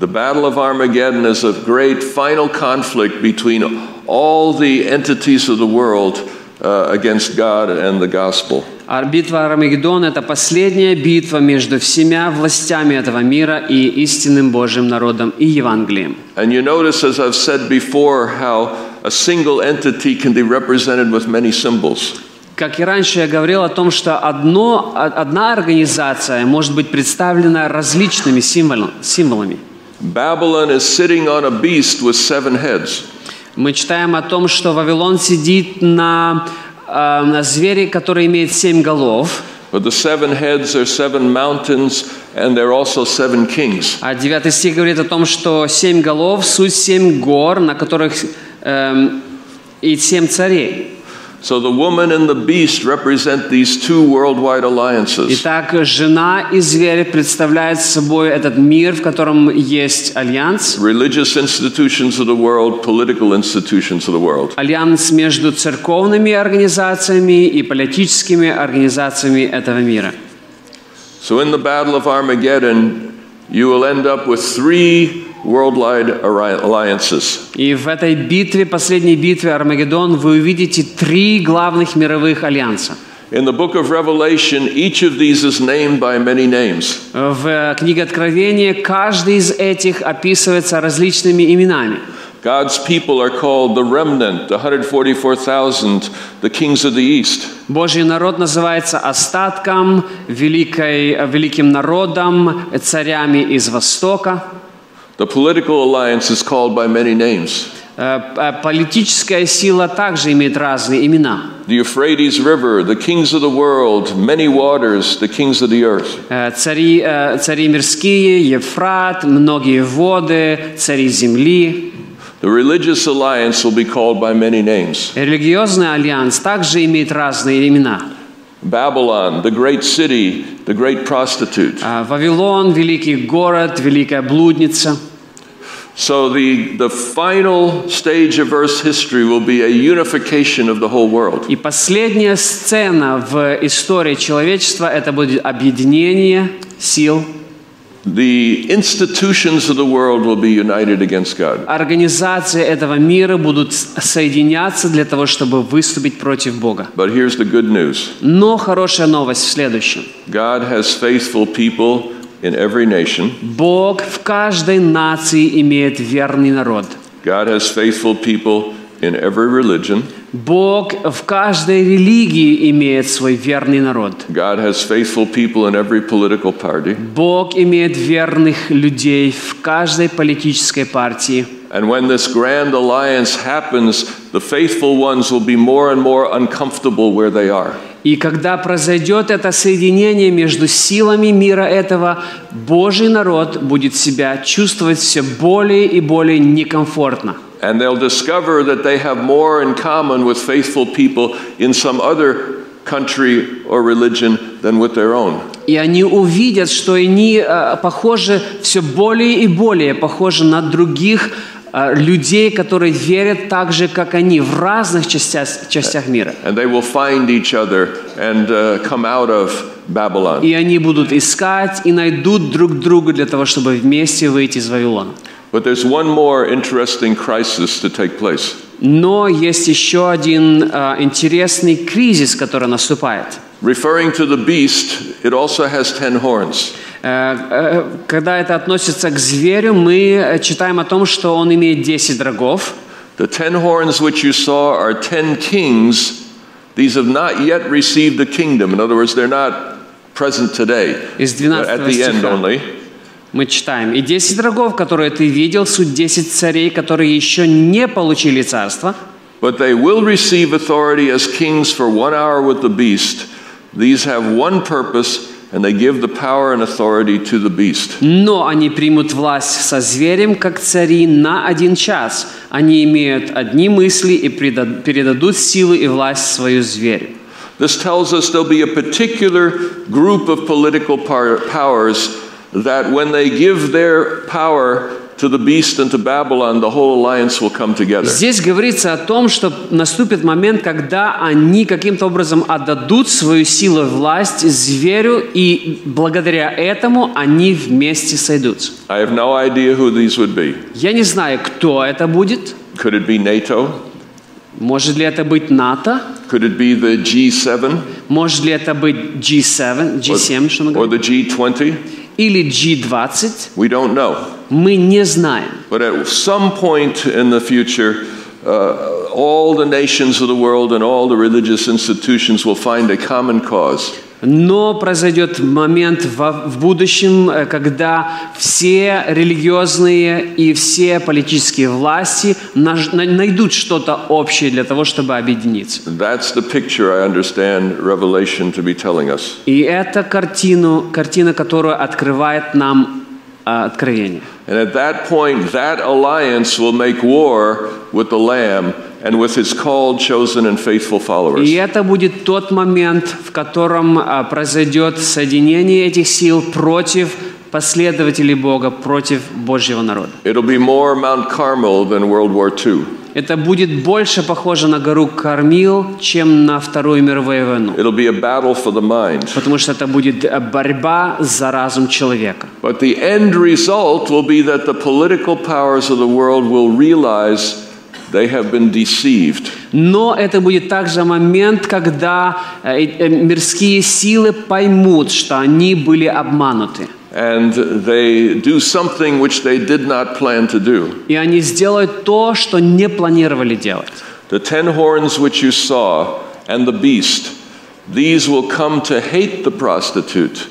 [SPEAKER 1] The Battle of Armageddon is a great final conflict between all the entities of the world uh, against God and the gospel.
[SPEAKER 2] А битва Армагеддон – это последняя битва между всеми властями этого мира и истинным Божьим народом и Евангелием.
[SPEAKER 1] And you notice, as I've said before, how a single entity can be represented with many symbols.
[SPEAKER 2] Как и раньше я говорил о том, что одно, о- одна организация может быть представлена различными символом- символами.
[SPEAKER 1] Babylon is sitting on a beast with seven heads.
[SPEAKER 2] Мы читаем о том, что Вавилон сидит на, э, на звере, который имеет семь голов,
[SPEAKER 1] But the seven heads are seven mountains, and they're also seven kings.
[SPEAKER 2] а девятый стих говорит о том, что семь голов – суть семь гор, на которых эм, и семь царей.
[SPEAKER 1] So the woman and the beast represent these two worldwide alliances.
[SPEAKER 2] Итак, жена и зверь представляют собой этот мир, в котором есть альянс.
[SPEAKER 1] Religious institutions of the world, political institutions of the world.
[SPEAKER 2] Альянс между церковными организациями и политическими организациями этого мира.
[SPEAKER 1] So in the Battle of Armageddon, you will end up with three worldwide arri- alliances.
[SPEAKER 2] И в этой битве, последней битве Армагеддон, вы увидите три главных мировых альянса.
[SPEAKER 1] In the book of Revelation, each of these is named by many names.
[SPEAKER 2] В э, книге Откровения каждый из этих описывается различными именами.
[SPEAKER 1] God's people are called the remnant, the 144,000, the kings of the east.
[SPEAKER 2] Божий народ называется остатком, великой, э, великим народом, э, царями из Востока.
[SPEAKER 1] The political alliance is called by many names.
[SPEAKER 2] Э, э, Политическая сила также имеет разные имена.
[SPEAKER 1] The Euphrates River, the kings of the world, many waters, the kings of the earth.
[SPEAKER 2] Э, Цари, э, цари мирские, Ефрат, многие воды, цари земли.
[SPEAKER 1] The religious alliance will be called by many names.
[SPEAKER 2] Религиозный альянс также имеет разные имена.
[SPEAKER 1] Babylon, the great city, the great prostitute.
[SPEAKER 2] А, Вавилон, великий город, великая блудница.
[SPEAKER 1] So the, the final stage of Earth's history will be a unification of the whole world.
[SPEAKER 2] И последняя сцена в истории человечества – это будет объединение сил.
[SPEAKER 1] The institutions of the world will be united against God.
[SPEAKER 2] Организации этого мира будут с- соединяться для того, чтобы выступить против Бога.
[SPEAKER 1] But here's the good news
[SPEAKER 2] Но хорошая новость в следующем.
[SPEAKER 1] God has faithful people in every nation,
[SPEAKER 2] Бог в каждой нации имеет верный народ.
[SPEAKER 1] God has faithful people in every religion,
[SPEAKER 2] Бог в каждой религии имеет свой верный народ.
[SPEAKER 1] God has faithful people in every political party.
[SPEAKER 2] Бог имеет верных людей в каждой политической партии.
[SPEAKER 1] And when this grand alliance happens, the faithful ones will be more and more uncomfortable where they are.
[SPEAKER 2] И когда произойдет это соединение между силами мира этого, Божий народ будет себя чувствовать все более и более некомфортно.
[SPEAKER 1] And they'll discover that they have more in common with faithful people in some other country or religion than with their own.
[SPEAKER 2] И они увидят, что они э, похожи, все более и более похожи на других э, людей, которые верят так же, как они, в разных частях, частях мира.
[SPEAKER 1] And they will find each other and uh, come out of Babylon.
[SPEAKER 2] И они будут искать и найдут друг друга для того, чтобы вместе выйти из Вавилона.
[SPEAKER 1] But there's one more interesting crisis to take place.
[SPEAKER 2] Но есть еще один э, интересный кризис, который наступает.
[SPEAKER 1] Referring to the beast, it also has ten horns.
[SPEAKER 2] Э, э, Когда это относится к зверю, мы э, читаем о том, что он имеет 10 рогов.
[SPEAKER 1] The ten horns which you saw are ten kings. These have not yet received the kingdom. In other words, they're not present today.
[SPEAKER 2] Из
[SPEAKER 1] They're at
[SPEAKER 2] 12
[SPEAKER 1] the end
[SPEAKER 2] стиха.
[SPEAKER 1] only.
[SPEAKER 2] Мы читаем. «И десять рогов, которые ты видел, суть десять царей, которые еще не получили царство,
[SPEAKER 1] But they will receive authority as kings for one hour with the beast. These have one purpose, and they give the power and authority to the beast.
[SPEAKER 2] но они примут власть со зверем, как цари, на один час. Они имеют одни мысли и преда- передадут силы и власть свою зверю».
[SPEAKER 1] This tells us there'll be a particular group of political par- powers that, when they give their power to the beast and to Babylon, the whole alliance will come together.
[SPEAKER 2] Здесь говорится о том, что наступит момент, когда они каким-то образом отдадут свою силу и власть зверю, и благодаря этому они вместе сойдутся.
[SPEAKER 1] I have no idea who these would be.
[SPEAKER 2] Я не знаю, кто это будет.
[SPEAKER 1] Could it be NATO?
[SPEAKER 2] Может ли это быть НАТО?
[SPEAKER 1] Could it be the G7
[SPEAKER 2] Может ли это быть G7, G7 что он
[SPEAKER 1] or
[SPEAKER 2] говорит?
[SPEAKER 1] the G20?
[SPEAKER 2] или G20?
[SPEAKER 1] We don't know.
[SPEAKER 2] Мы не знаем.
[SPEAKER 1] But at some point in the future, uh, all the nations of the world and all the religious institutions will find a common cause.
[SPEAKER 2] Но произойдет момент во- в будущем, э, когда все религиозные и все политические власти наж- на- найдут что-то общее для того, чтобы объединиться.
[SPEAKER 1] That's the picture I understand Revelation to be telling us.
[SPEAKER 2] И это картину, картина, которую открывает нам э, Откровение.
[SPEAKER 1] And at that point, that alliance will make war with the Lamb and with his called, chosen, and faithful followers.
[SPEAKER 2] И это будет тот момент, в котором а, произойдет соединение этих сил против последователей Бога, против Божьего народа.
[SPEAKER 1] It'll be more Mount Carmel than World War II.
[SPEAKER 2] Это будет больше похоже на гору Кармил, чем на Вторую мировую войну.
[SPEAKER 1] It'll be a battle for the mind.
[SPEAKER 2] Потому что это будет э, борьба за разум человека.
[SPEAKER 1] But the end result will be that the political powers of the world will realize They have been deceived.
[SPEAKER 2] Но это будет также момент, когда э, э, мирские силы поймут, что они были обмануты.
[SPEAKER 1] And they do something which they did not plan to do.
[SPEAKER 2] И они сделают то, что не планировали делать.
[SPEAKER 1] The ten horns which you saw and the beast, these will come to hate the prostitute.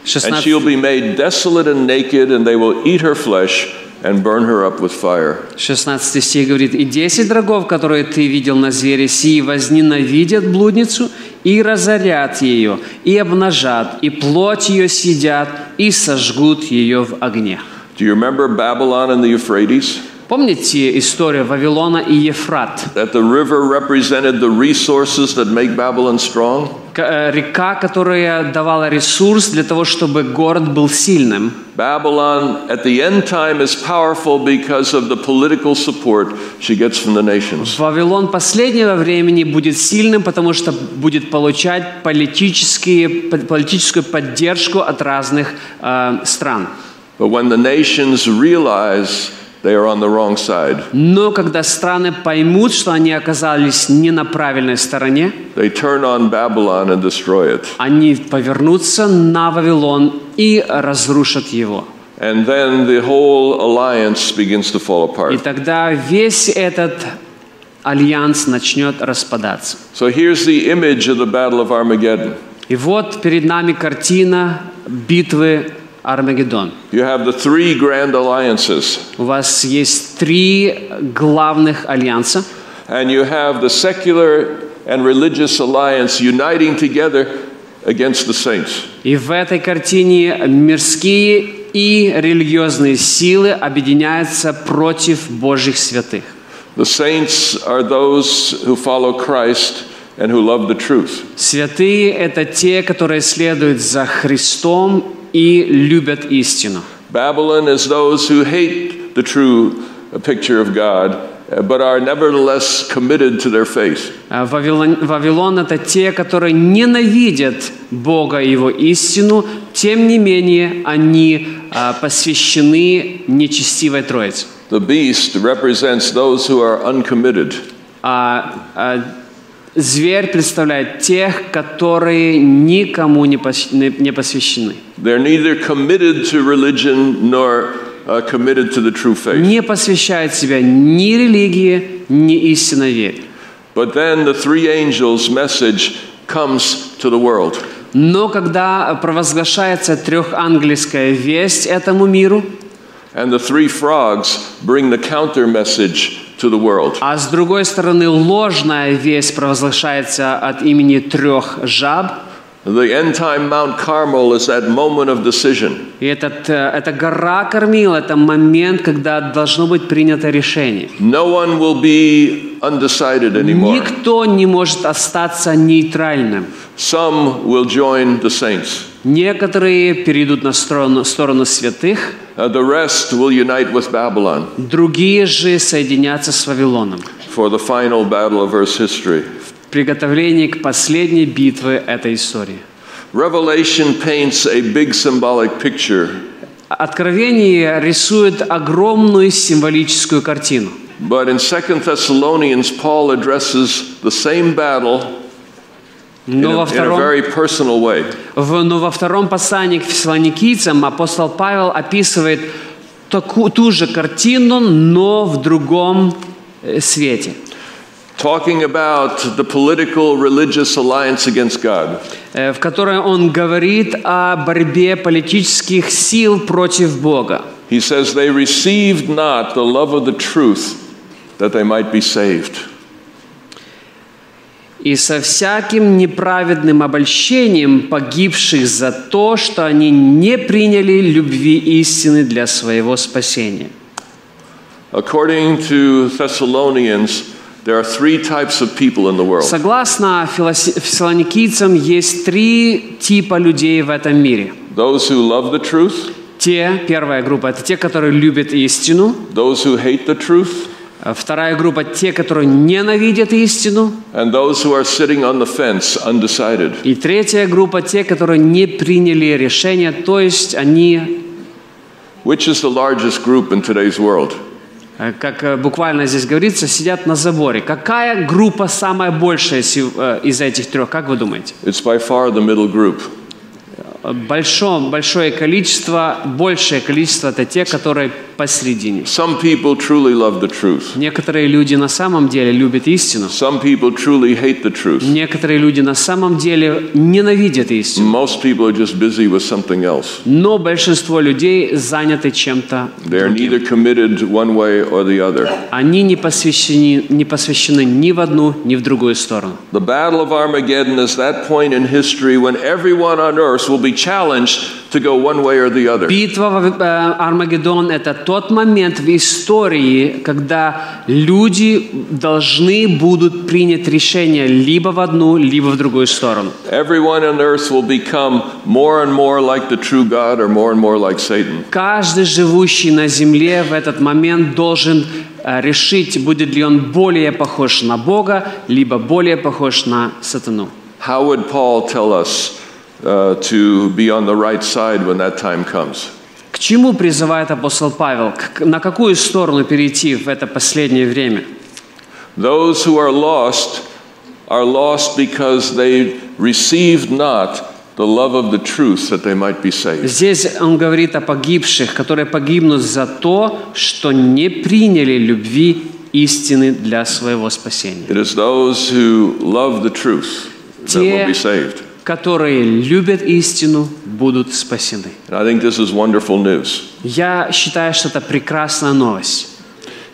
[SPEAKER 1] And
[SPEAKER 2] 16,
[SPEAKER 1] she'll be made desolate and naked, and they will eat her flesh and burn her up with fire.
[SPEAKER 2] 16 стих говорит, «И десять рогов, которые ты видел на звере сии, возненавидят блудницу и разорят ее, и обнажат, и плоть ее съедят, и сожгут ее в огне».
[SPEAKER 1] Do you remember Babylon and the Euphrates?
[SPEAKER 2] Помните историю Вавилона и Ефрат?
[SPEAKER 1] That the river represented the resources that make Babylon strong?
[SPEAKER 2] К- э, Река, которая давала ресурс для того, чтобы город был сильным.
[SPEAKER 1] Babylon at the end time is powerful because of the political support she gets from the nations.
[SPEAKER 2] Вавилон последнего времени будет сильным, потому что будет получать политические, под- политическую поддержку от разных э, стран.
[SPEAKER 1] But when the nations realize they are on the wrong side,
[SPEAKER 2] Но когда страны поймут, что они оказались не на правильной стороне,
[SPEAKER 1] they turn on Babylon and destroy it.
[SPEAKER 2] они повернутся на Вавилон и разрушат его.
[SPEAKER 1] And then the whole alliance begins to fall
[SPEAKER 2] И
[SPEAKER 1] apart.
[SPEAKER 2] тогда весь этот альянс начнет распадаться.
[SPEAKER 1] So here's the image of the Battle of Armageddon.
[SPEAKER 2] И вот перед нами картина битвы Армагеддон.
[SPEAKER 1] You have the three grand alliances,
[SPEAKER 2] У вас есть три главных альянса.
[SPEAKER 1] and you have the secular and religious alliance uniting together against the saints.
[SPEAKER 2] И в этой картине мирские и религиозные силы объединяются против Божьих святых.
[SPEAKER 1] The saints are those who follow Christ and who love the truth.
[SPEAKER 2] Святые – это те, которые следуют за Христом и любят истину.
[SPEAKER 1] Babylon is those who hate the true picture of God, uh, but are nevertheless committed to their faith.
[SPEAKER 2] А Вавилон, Вавилон – это те, которые ненавидят Бога и Его истину, тем не менее они а, посвящены нечестивой Троице.
[SPEAKER 1] The beast represents those who are uncommitted.
[SPEAKER 2] А, а, зверь представляет тех, которые никому не пос- не- не посвящены.
[SPEAKER 1] They're neither committed to religion nor uh, committed to the true faith.
[SPEAKER 2] Не посвящает себя ни религии, ни истинной вере.
[SPEAKER 1] But then the three angels' message comes to the world.
[SPEAKER 2] Но когда провозглашается трехангельская весть этому миру,
[SPEAKER 1] And the three frogs bring the counter message to the world.
[SPEAKER 2] а с другой стороны ложная весть провозглашается от имени трех жаб,
[SPEAKER 1] The end time Mount Carmel is that moment of decision.
[SPEAKER 2] и этот, э, эта гора кормила, это момент, когда должно быть принято решение.
[SPEAKER 1] No one will be undecided anymore.
[SPEAKER 2] Никто не может остаться нейтральным.
[SPEAKER 1] Some will join the saints,
[SPEAKER 2] Некоторые перейдут на сторону, сторону святых,
[SPEAKER 1] Uh, the rest will unite with Babylon
[SPEAKER 2] другие же соединятся с Вавилоном
[SPEAKER 1] for the final battle of Earth's history.
[SPEAKER 2] в приготовлении к последней битве этой истории.
[SPEAKER 1] Revelation paints a big symbolic picture,
[SPEAKER 2] Откровение рисует огромную символическую картину.
[SPEAKER 1] but in 2 Thessalonians, Paul addresses the same battle in
[SPEAKER 2] Но
[SPEAKER 1] a,
[SPEAKER 2] во,
[SPEAKER 1] in a
[SPEAKER 2] втором,
[SPEAKER 1] very personal way.
[SPEAKER 2] в- но во втором послании к фессалоникийцам апостол Павел описывает таку- ту же картину, но в другом э, свете.
[SPEAKER 1] Talking about the political religious alliance against God.
[SPEAKER 2] э, в которой он говорит о борьбе политических сил против Бога.
[SPEAKER 1] He says, They received not the love of the truth that they might be saved.
[SPEAKER 2] И со всяким неправедным обольщением погибших за то, что они не приняли любви истины для своего спасения.
[SPEAKER 1] According to Thessalonians, there are three types of people in the world
[SPEAKER 2] Согласно филоси- фессалоникийцам, есть три типа людей в этом мире.
[SPEAKER 1] those who love the truth,
[SPEAKER 2] Те, первая группа, это те, которые любят истину.
[SPEAKER 1] those who hate the truth,
[SPEAKER 2] А Вторая группа, те, которые ненавидят истину.
[SPEAKER 1] and those who are sitting on the fence, undecided.
[SPEAKER 2] И третья группа, те, которые не приняли решение, то есть они...
[SPEAKER 1] Which is the largest group in today's world?
[SPEAKER 2] э, как э, буквально здесь говорится, сидят на заборе. Какая группа самая большая си- э, из этих трех, как вы думаете?
[SPEAKER 1] It's by far the middle group.
[SPEAKER 2] Большое, большое количество, большее количество это те, которые посередине.
[SPEAKER 1] Some people truly love the truth.
[SPEAKER 2] Некоторые люди на самом деле любят истину.
[SPEAKER 1] Some people truly hate the truth.
[SPEAKER 2] Некоторые люди на самом деле ненавидят истину.
[SPEAKER 1] Most people are just busy with something else.
[SPEAKER 2] Но большинство людей заняты чем-то
[SPEAKER 1] They are neither committed one way or the other.
[SPEAKER 2] Они не посвящены, не посвящены ни в одну, ни в другую сторону.
[SPEAKER 1] The Battle of Armageddon is that point in history when everyone on earth will be challenged to go one way or the other.
[SPEAKER 2] Битва в, э, Армагеддон – это тот момент в истории, когда люди должны будут принять решение либо в одну, либо в другую сторону.
[SPEAKER 1] Everyone on earth will become more and more like the true God or more and more like Satan.
[SPEAKER 2] Каждый живущий на земле в этот момент должен э, решить, будет ли он более похож на Бога, либо более похож на сатану.
[SPEAKER 1] How would Paul tell us uh, to be on the right side when that time comes?
[SPEAKER 2] К чему призывает апостол Павел? К- на какую сторону перейти в это последнее время?
[SPEAKER 1] Those who are lost are lost because they received not the love of the truth that they might be saved.
[SPEAKER 2] Здесь он говорит о погибших, которые погибнут за то, что не приняли любви истины для своего спасения.
[SPEAKER 1] It is those who love the truth that will
[SPEAKER 2] Те,
[SPEAKER 1] be saved.
[SPEAKER 2] которые любят истину, будут спасены.
[SPEAKER 1] And I think this is wonderful news.
[SPEAKER 2] Я считаю, что это прекрасная новость.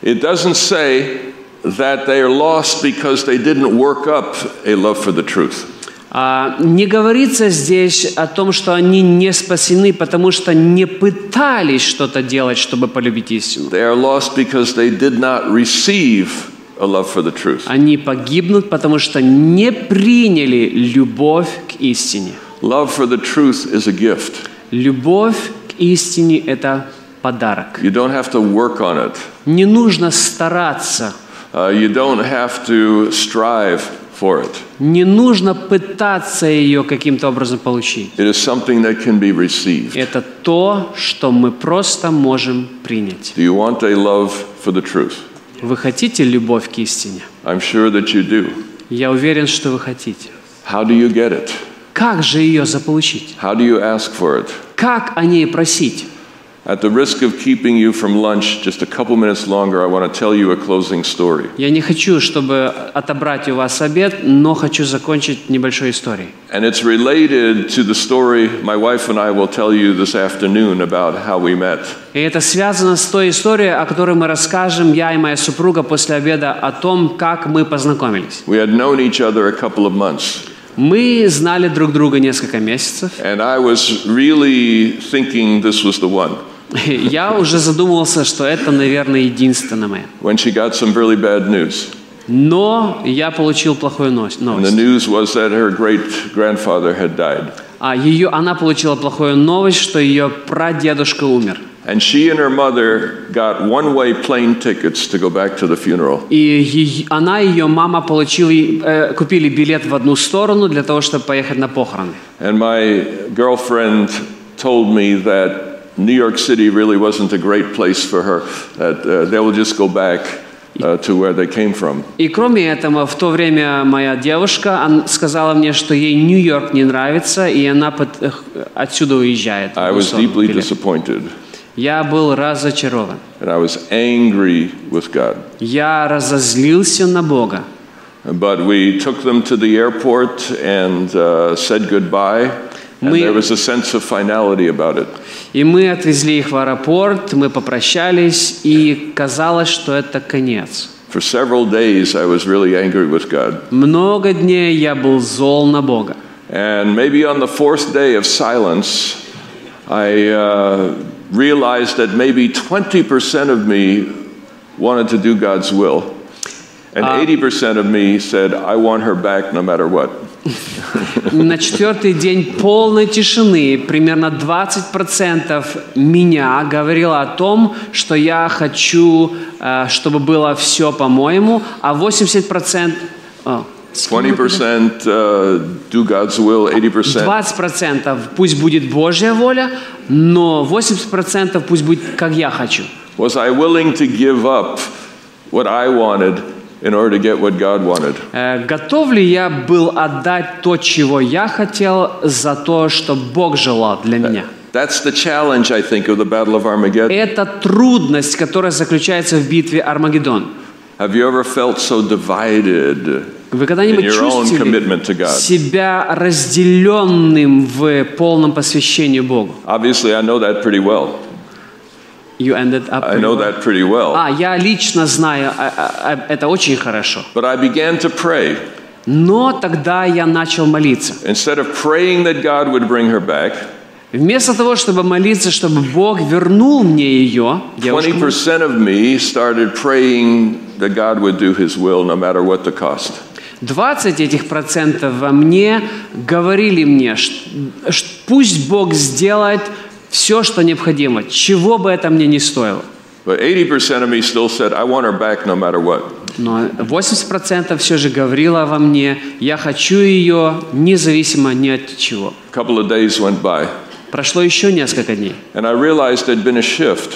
[SPEAKER 1] It doesn't say that they are lost because they didn't work up a love for the truth.
[SPEAKER 2] А, Не говорится здесь о том, что они не спасены, потому что не пытались что-то делать, чтобы полюбить истину.
[SPEAKER 1] They are lost because they did not receive a love for the truth.
[SPEAKER 2] Они погибнут, потому что не приняли любовь к истине.
[SPEAKER 1] Love for the truth is a gift.
[SPEAKER 2] Любовь к истине – это подарок.
[SPEAKER 1] You don't have to work on it.
[SPEAKER 2] Не нужно стараться,
[SPEAKER 1] Uh, you don't have to strive for it.
[SPEAKER 2] не нужно пытаться ее каким-то образом получить.
[SPEAKER 1] It is something that can be received.
[SPEAKER 2] Это то, что мы просто можем принять.
[SPEAKER 1] Do you want a love for the truth?
[SPEAKER 2] Вы хотите любовь к истине?
[SPEAKER 1] I'm sure that you do.
[SPEAKER 2] Я уверен, что вы хотите.
[SPEAKER 1] How do you get it?
[SPEAKER 2] Как же ее заполучить?
[SPEAKER 1] How do you ask for it?
[SPEAKER 2] Как о ней просить?
[SPEAKER 1] At the risk of keeping you from lunch just a couple minutes longer, I want to tell you a closing story.
[SPEAKER 2] Я не хочу, чтобы отобрать у вас обед, но хочу закончить небольшой историей.
[SPEAKER 1] And it's related to the story my wife and I will tell you this afternoon about how we met.
[SPEAKER 2] И это связано с той историей, о которой мы расскажем, я и моя супруга, после обеда, о том, как мы познакомились.
[SPEAKER 1] We had known each other a couple of months,
[SPEAKER 2] Мы знали друг друга несколько месяцев.
[SPEAKER 1] and I was really thinking this was the one.
[SPEAKER 2] Я уже задумывался, что это, наверное, единственное мое.
[SPEAKER 1] when she got some really bad news.
[SPEAKER 2] Но я получил плохую нос-
[SPEAKER 1] And the
[SPEAKER 2] новость.
[SPEAKER 1] news was that her great grandfather had died.
[SPEAKER 2] А ее, она получила плохую новость, что ее прадедушка умер.
[SPEAKER 1] And she and her mother got one way plane tickets to go back to the funeral.
[SPEAKER 2] И ей- она и ее мама получили, э, купили билет в одну сторону для того, чтобы поехать на похороны.
[SPEAKER 1] And my girlfriend told me that New York City really wasn't a great place for her, that uh, they will just go back uh, to where they came from.
[SPEAKER 2] И кроме этого, в то время моя девушка он- сказала мне, что ей Нью-Йорк не нравится, и она под- эх, отсюда уезжает. в
[SPEAKER 1] I
[SPEAKER 2] эту
[SPEAKER 1] was
[SPEAKER 2] сторону,
[SPEAKER 1] deeply
[SPEAKER 2] в Пеле.
[SPEAKER 1] disappointed,
[SPEAKER 2] Я был разочарован.
[SPEAKER 1] and I was angry with God.
[SPEAKER 2] Я разозлился на Бога.
[SPEAKER 1] But we took them to the airport and uh, said goodbye. And
[SPEAKER 2] Мы-
[SPEAKER 1] there was a sense of finality about it.
[SPEAKER 2] И мы отвезли их в аэропорт, мы попрощались, и казалось, что это конец.
[SPEAKER 1] For several days, I was really angry with God.
[SPEAKER 2] Много дней я был зол на Бога.
[SPEAKER 1] And maybe on the fourth day of silence, I uh, realized that maybe 20% of me wanted to do God's will, and 80% of me said, I want her back no matter what.
[SPEAKER 2] На четвертый день полной тишины примерно 20% меня говорило о том, что я хочу, э, чтобы было все по-моему, а э, 80%... о,
[SPEAKER 1] 20% uh, do God's will, 80%
[SPEAKER 2] 20% пусть будет Божья воля, но 80% пусть будет как я хочу.
[SPEAKER 1] Was I willing to give up what I wanted in order to get what God wanted?
[SPEAKER 2] Э, Готов ли я был отдать то, чего я хотел, за то, что Бог желал для меня?
[SPEAKER 1] That's the challenge, I think, of the Battle of Armageddon.
[SPEAKER 2] Это трудность, которая заключается в битве Армагеддон.
[SPEAKER 1] Have you ever felt so divided
[SPEAKER 2] Вы
[SPEAKER 1] in
[SPEAKER 2] когда-нибудь
[SPEAKER 1] your own
[SPEAKER 2] чувствовали
[SPEAKER 1] commitment to God?
[SPEAKER 2] себя разделенным в полном посвящении Богу?
[SPEAKER 1] Obviously, I know that pretty well.
[SPEAKER 2] You ended up
[SPEAKER 1] I know that pretty well.
[SPEAKER 2] А, я лично знаю, а, а, а, это очень хорошо.
[SPEAKER 1] But I began to pray.
[SPEAKER 2] Но тогда я начал молиться.
[SPEAKER 1] Instead of praying that God would bring her back,
[SPEAKER 2] Вместо того, чтобы молиться, чтобы Бог вернул мне ее, девушку,
[SPEAKER 1] 20% of me started praying that God would do his will no matter what the cost.
[SPEAKER 2] 20 этих процентов во мне говорили мне, ш- ш- пусть Бог сделает все, что необходимо, чего бы это мне не стоило.
[SPEAKER 1] But 80% of me still said, I want her back no matter what.
[SPEAKER 2] Но 80% все же говорило во мне, я хочу ее независимо ни от чего.
[SPEAKER 1] A couple of days went by,
[SPEAKER 2] Прошло еще несколько дней.
[SPEAKER 1] and I realized there'd been a shift.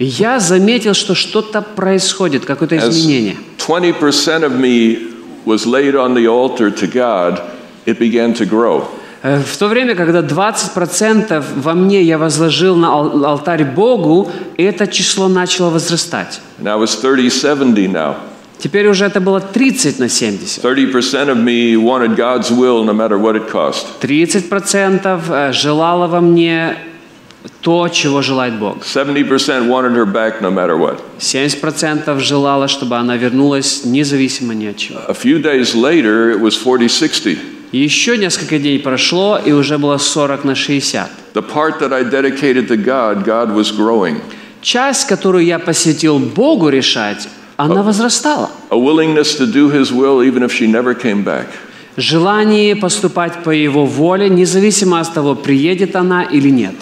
[SPEAKER 2] Я заметил, что что-то происходит, какое-то
[SPEAKER 1] As
[SPEAKER 2] изменение.
[SPEAKER 1] 20% of me was laid on the altar to God, it began to grow.
[SPEAKER 2] Э, В то время, когда 20% во мне я возложил на ал- алтарь Богу, это число начало возрастать.
[SPEAKER 1] And I was 30 70 now.
[SPEAKER 2] Теперь уже это было 30 на 70.
[SPEAKER 1] 30% of me wanted God's will no matter what it cost.
[SPEAKER 2] 30% э, желало во мне то, чего желает Бог.
[SPEAKER 1] 70% wanted her back no matter what.
[SPEAKER 2] 70% желало, чтобы она вернулась независимо ни от чего.
[SPEAKER 1] A few days later, it was 40 60.
[SPEAKER 2] И Еще несколько дней прошло, и уже было 40 на 60.
[SPEAKER 1] The part that I dedicated to God, God was growing.
[SPEAKER 2] Часть, которую я посвятил Богу решать, она возрастала.
[SPEAKER 1] A willingness to do His will, even if she never came back.
[SPEAKER 2] Желание поступать по его воле, независимо от того, приедет она или нет.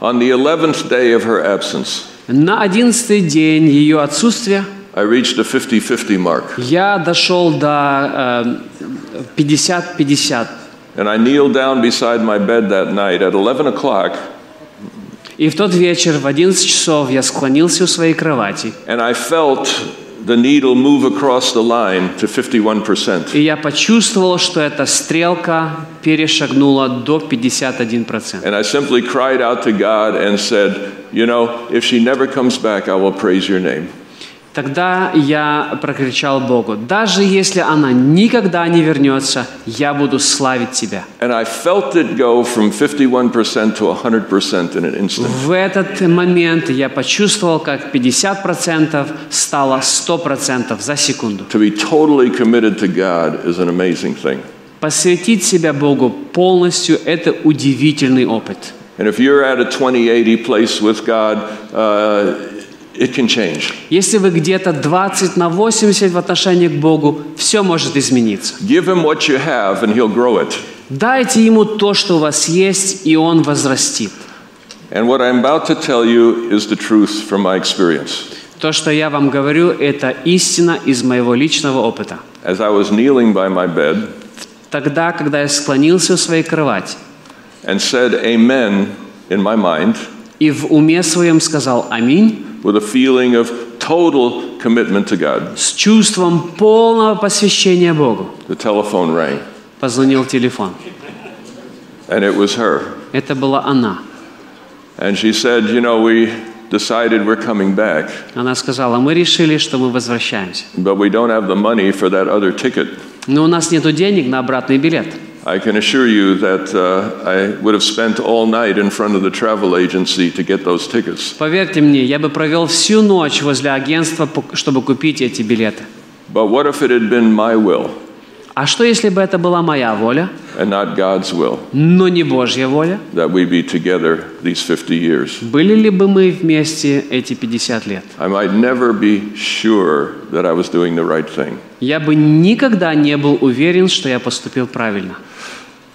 [SPEAKER 1] On the 11th day of her absence,
[SPEAKER 2] На одиннадцатый день ее отсутствия
[SPEAKER 1] I reached the 50 50 mark,
[SPEAKER 2] я дошел до э, 50-50.
[SPEAKER 1] and I kneeled down beside my bed that night at 11 o'clock,
[SPEAKER 2] И в тот вечер в 11 часов я склонился у своей кровати,
[SPEAKER 1] and I felt the needle move across the line to 51%.
[SPEAKER 2] и я почувствовал, что эта стрелка перешагнула до 51%.
[SPEAKER 1] And I simply cried out to God and said, You know, if she never comes back, I will praise your name.
[SPEAKER 2] Тогда я прокричал Богу, даже если она никогда не вернется, я буду славить Тебя.
[SPEAKER 1] And I felt it go from 51% to 100% in an instant.
[SPEAKER 2] В этот момент я почувствовал, как 50% стало 100% за секунду.
[SPEAKER 1] To be totally committed to God is an amazing thing.
[SPEAKER 2] Посвятить себя Богу полностью – это удивительный опыт.
[SPEAKER 1] And if you're at a 2080 place with God, uh, it can change.
[SPEAKER 2] Если вы где-то 20 на 80 в отношении к Богу, все может измениться.
[SPEAKER 1] Give Him what you have and He'll grow it.
[SPEAKER 2] Дайте Ему то, что у вас есть, и Он возрастит.
[SPEAKER 1] And what I'm about to tell you is the truth from my experience.
[SPEAKER 2] То, что я вам говорю, это истина из моего личного опыта.
[SPEAKER 1] As I was kneeling by my bed
[SPEAKER 2] Тогда, когда я склонился у своей кровати
[SPEAKER 1] and said Amen in my mind
[SPEAKER 2] и в уме своем сказал «Аминь»,
[SPEAKER 1] with a feeling of total commitment to God,
[SPEAKER 2] с чувством полного посвящения Богу
[SPEAKER 1] the telephone rang.
[SPEAKER 2] позвонил телефон.
[SPEAKER 1] And it was her.
[SPEAKER 2] Это была она.
[SPEAKER 1] And she said, You know, we decided we're coming back,
[SPEAKER 2] Она сказала, мы решили, что мы возвращаемся.
[SPEAKER 1] but we don't have the money for that other ticket.
[SPEAKER 2] Но у нас нет денег на обратный билет.
[SPEAKER 1] I can assure you that uh, I would have spent all night in front of the travel agency to get those tickets.
[SPEAKER 2] Поверьте мне, я бы провел всю ночь возле агентства, пок- чтобы купить эти билеты.
[SPEAKER 1] But what if it had been my will
[SPEAKER 2] А что, если бы это была моя воля,
[SPEAKER 1] and not God's will
[SPEAKER 2] но не Божья воля?
[SPEAKER 1] that we be together these 50 years?
[SPEAKER 2] Были ли бы мы вместе эти 50 лет?
[SPEAKER 1] I might never be sure that I was doing the right thing.
[SPEAKER 2] Я бы никогда не был уверен, что я поступил правильно.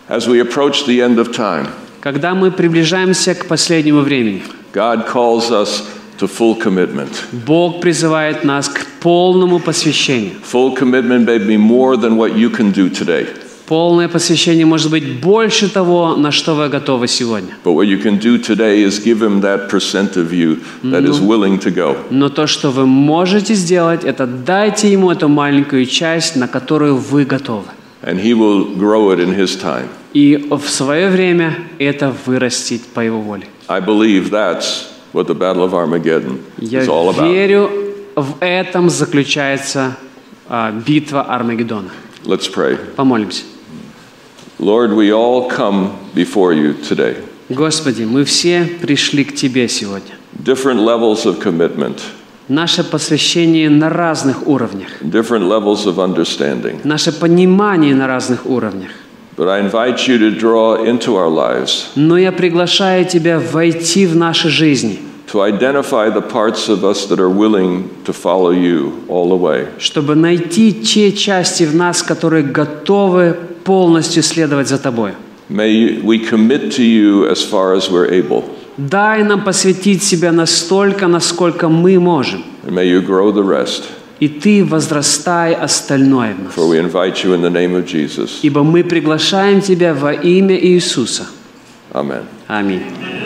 [SPEAKER 1] As we approach the end of time,
[SPEAKER 2] Когда мы приближаемся к последнему времени,
[SPEAKER 1] God calls us to full commitment.
[SPEAKER 2] Бог призывает нас к полному посвящению.
[SPEAKER 1] Full commitment may be more than what you can do today.
[SPEAKER 2] Полное посвящение может быть больше того, на что вы готовы сегодня.
[SPEAKER 1] But what you can do today is give him that percent of you that is willing to go.
[SPEAKER 2] Но то, что вы можете сделать, это дайте ему эту маленькую часть, на которую вы готовы.
[SPEAKER 1] And he will grow it in his time.
[SPEAKER 2] И в свое время это вырастить по его воле.
[SPEAKER 1] I believe that's what the Battle of Armageddon
[SPEAKER 2] Я
[SPEAKER 1] is all about.
[SPEAKER 2] верю, в этом заключается а, битва Армагеддона.
[SPEAKER 1] Let's pray.
[SPEAKER 2] Помолимся.
[SPEAKER 1] Lord, we all come before you today.
[SPEAKER 2] Господи, мы все пришли к Тебе сегодня.
[SPEAKER 1] Different levels of commitment,
[SPEAKER 2] Наше посвящение на разных уровнях,
[SPEAKER 1] different levels of understanding.
[SPEAKER 2] наше понимание на разных уровнях.
[SPEAKER 1] But I invite you to draw into our lives,
[SPEAKER 2] Но я приглашаю Тебя войти в наши жизни,
[SPEAKER 1] to identify the parts of us that are willing to follow you all the way.
[SPEAKER 2] чтобы найти те части в нас, которые готовы полностью следовать за Тобой.
[SPEAKER 1] May you- we commit to you as far as we're able,
[SPEAKER 2] Дай нам посвятить себя настолько, насколько мы можем.
[SPEAKER 1] and may you grow the rest.
[SPEAKER 2] И Ты возрастай остальное в
[SPEAKER 1] For
[SPEAKER 2] нас.
[SPEAKER 1] we invite you in the name of Jesus.
[SPEAKER 2] Ибо мы приглашаем Тебя во имя Иисуса.
[SPEAKER 1] Amen.
[SPEAKER 2] Аминь.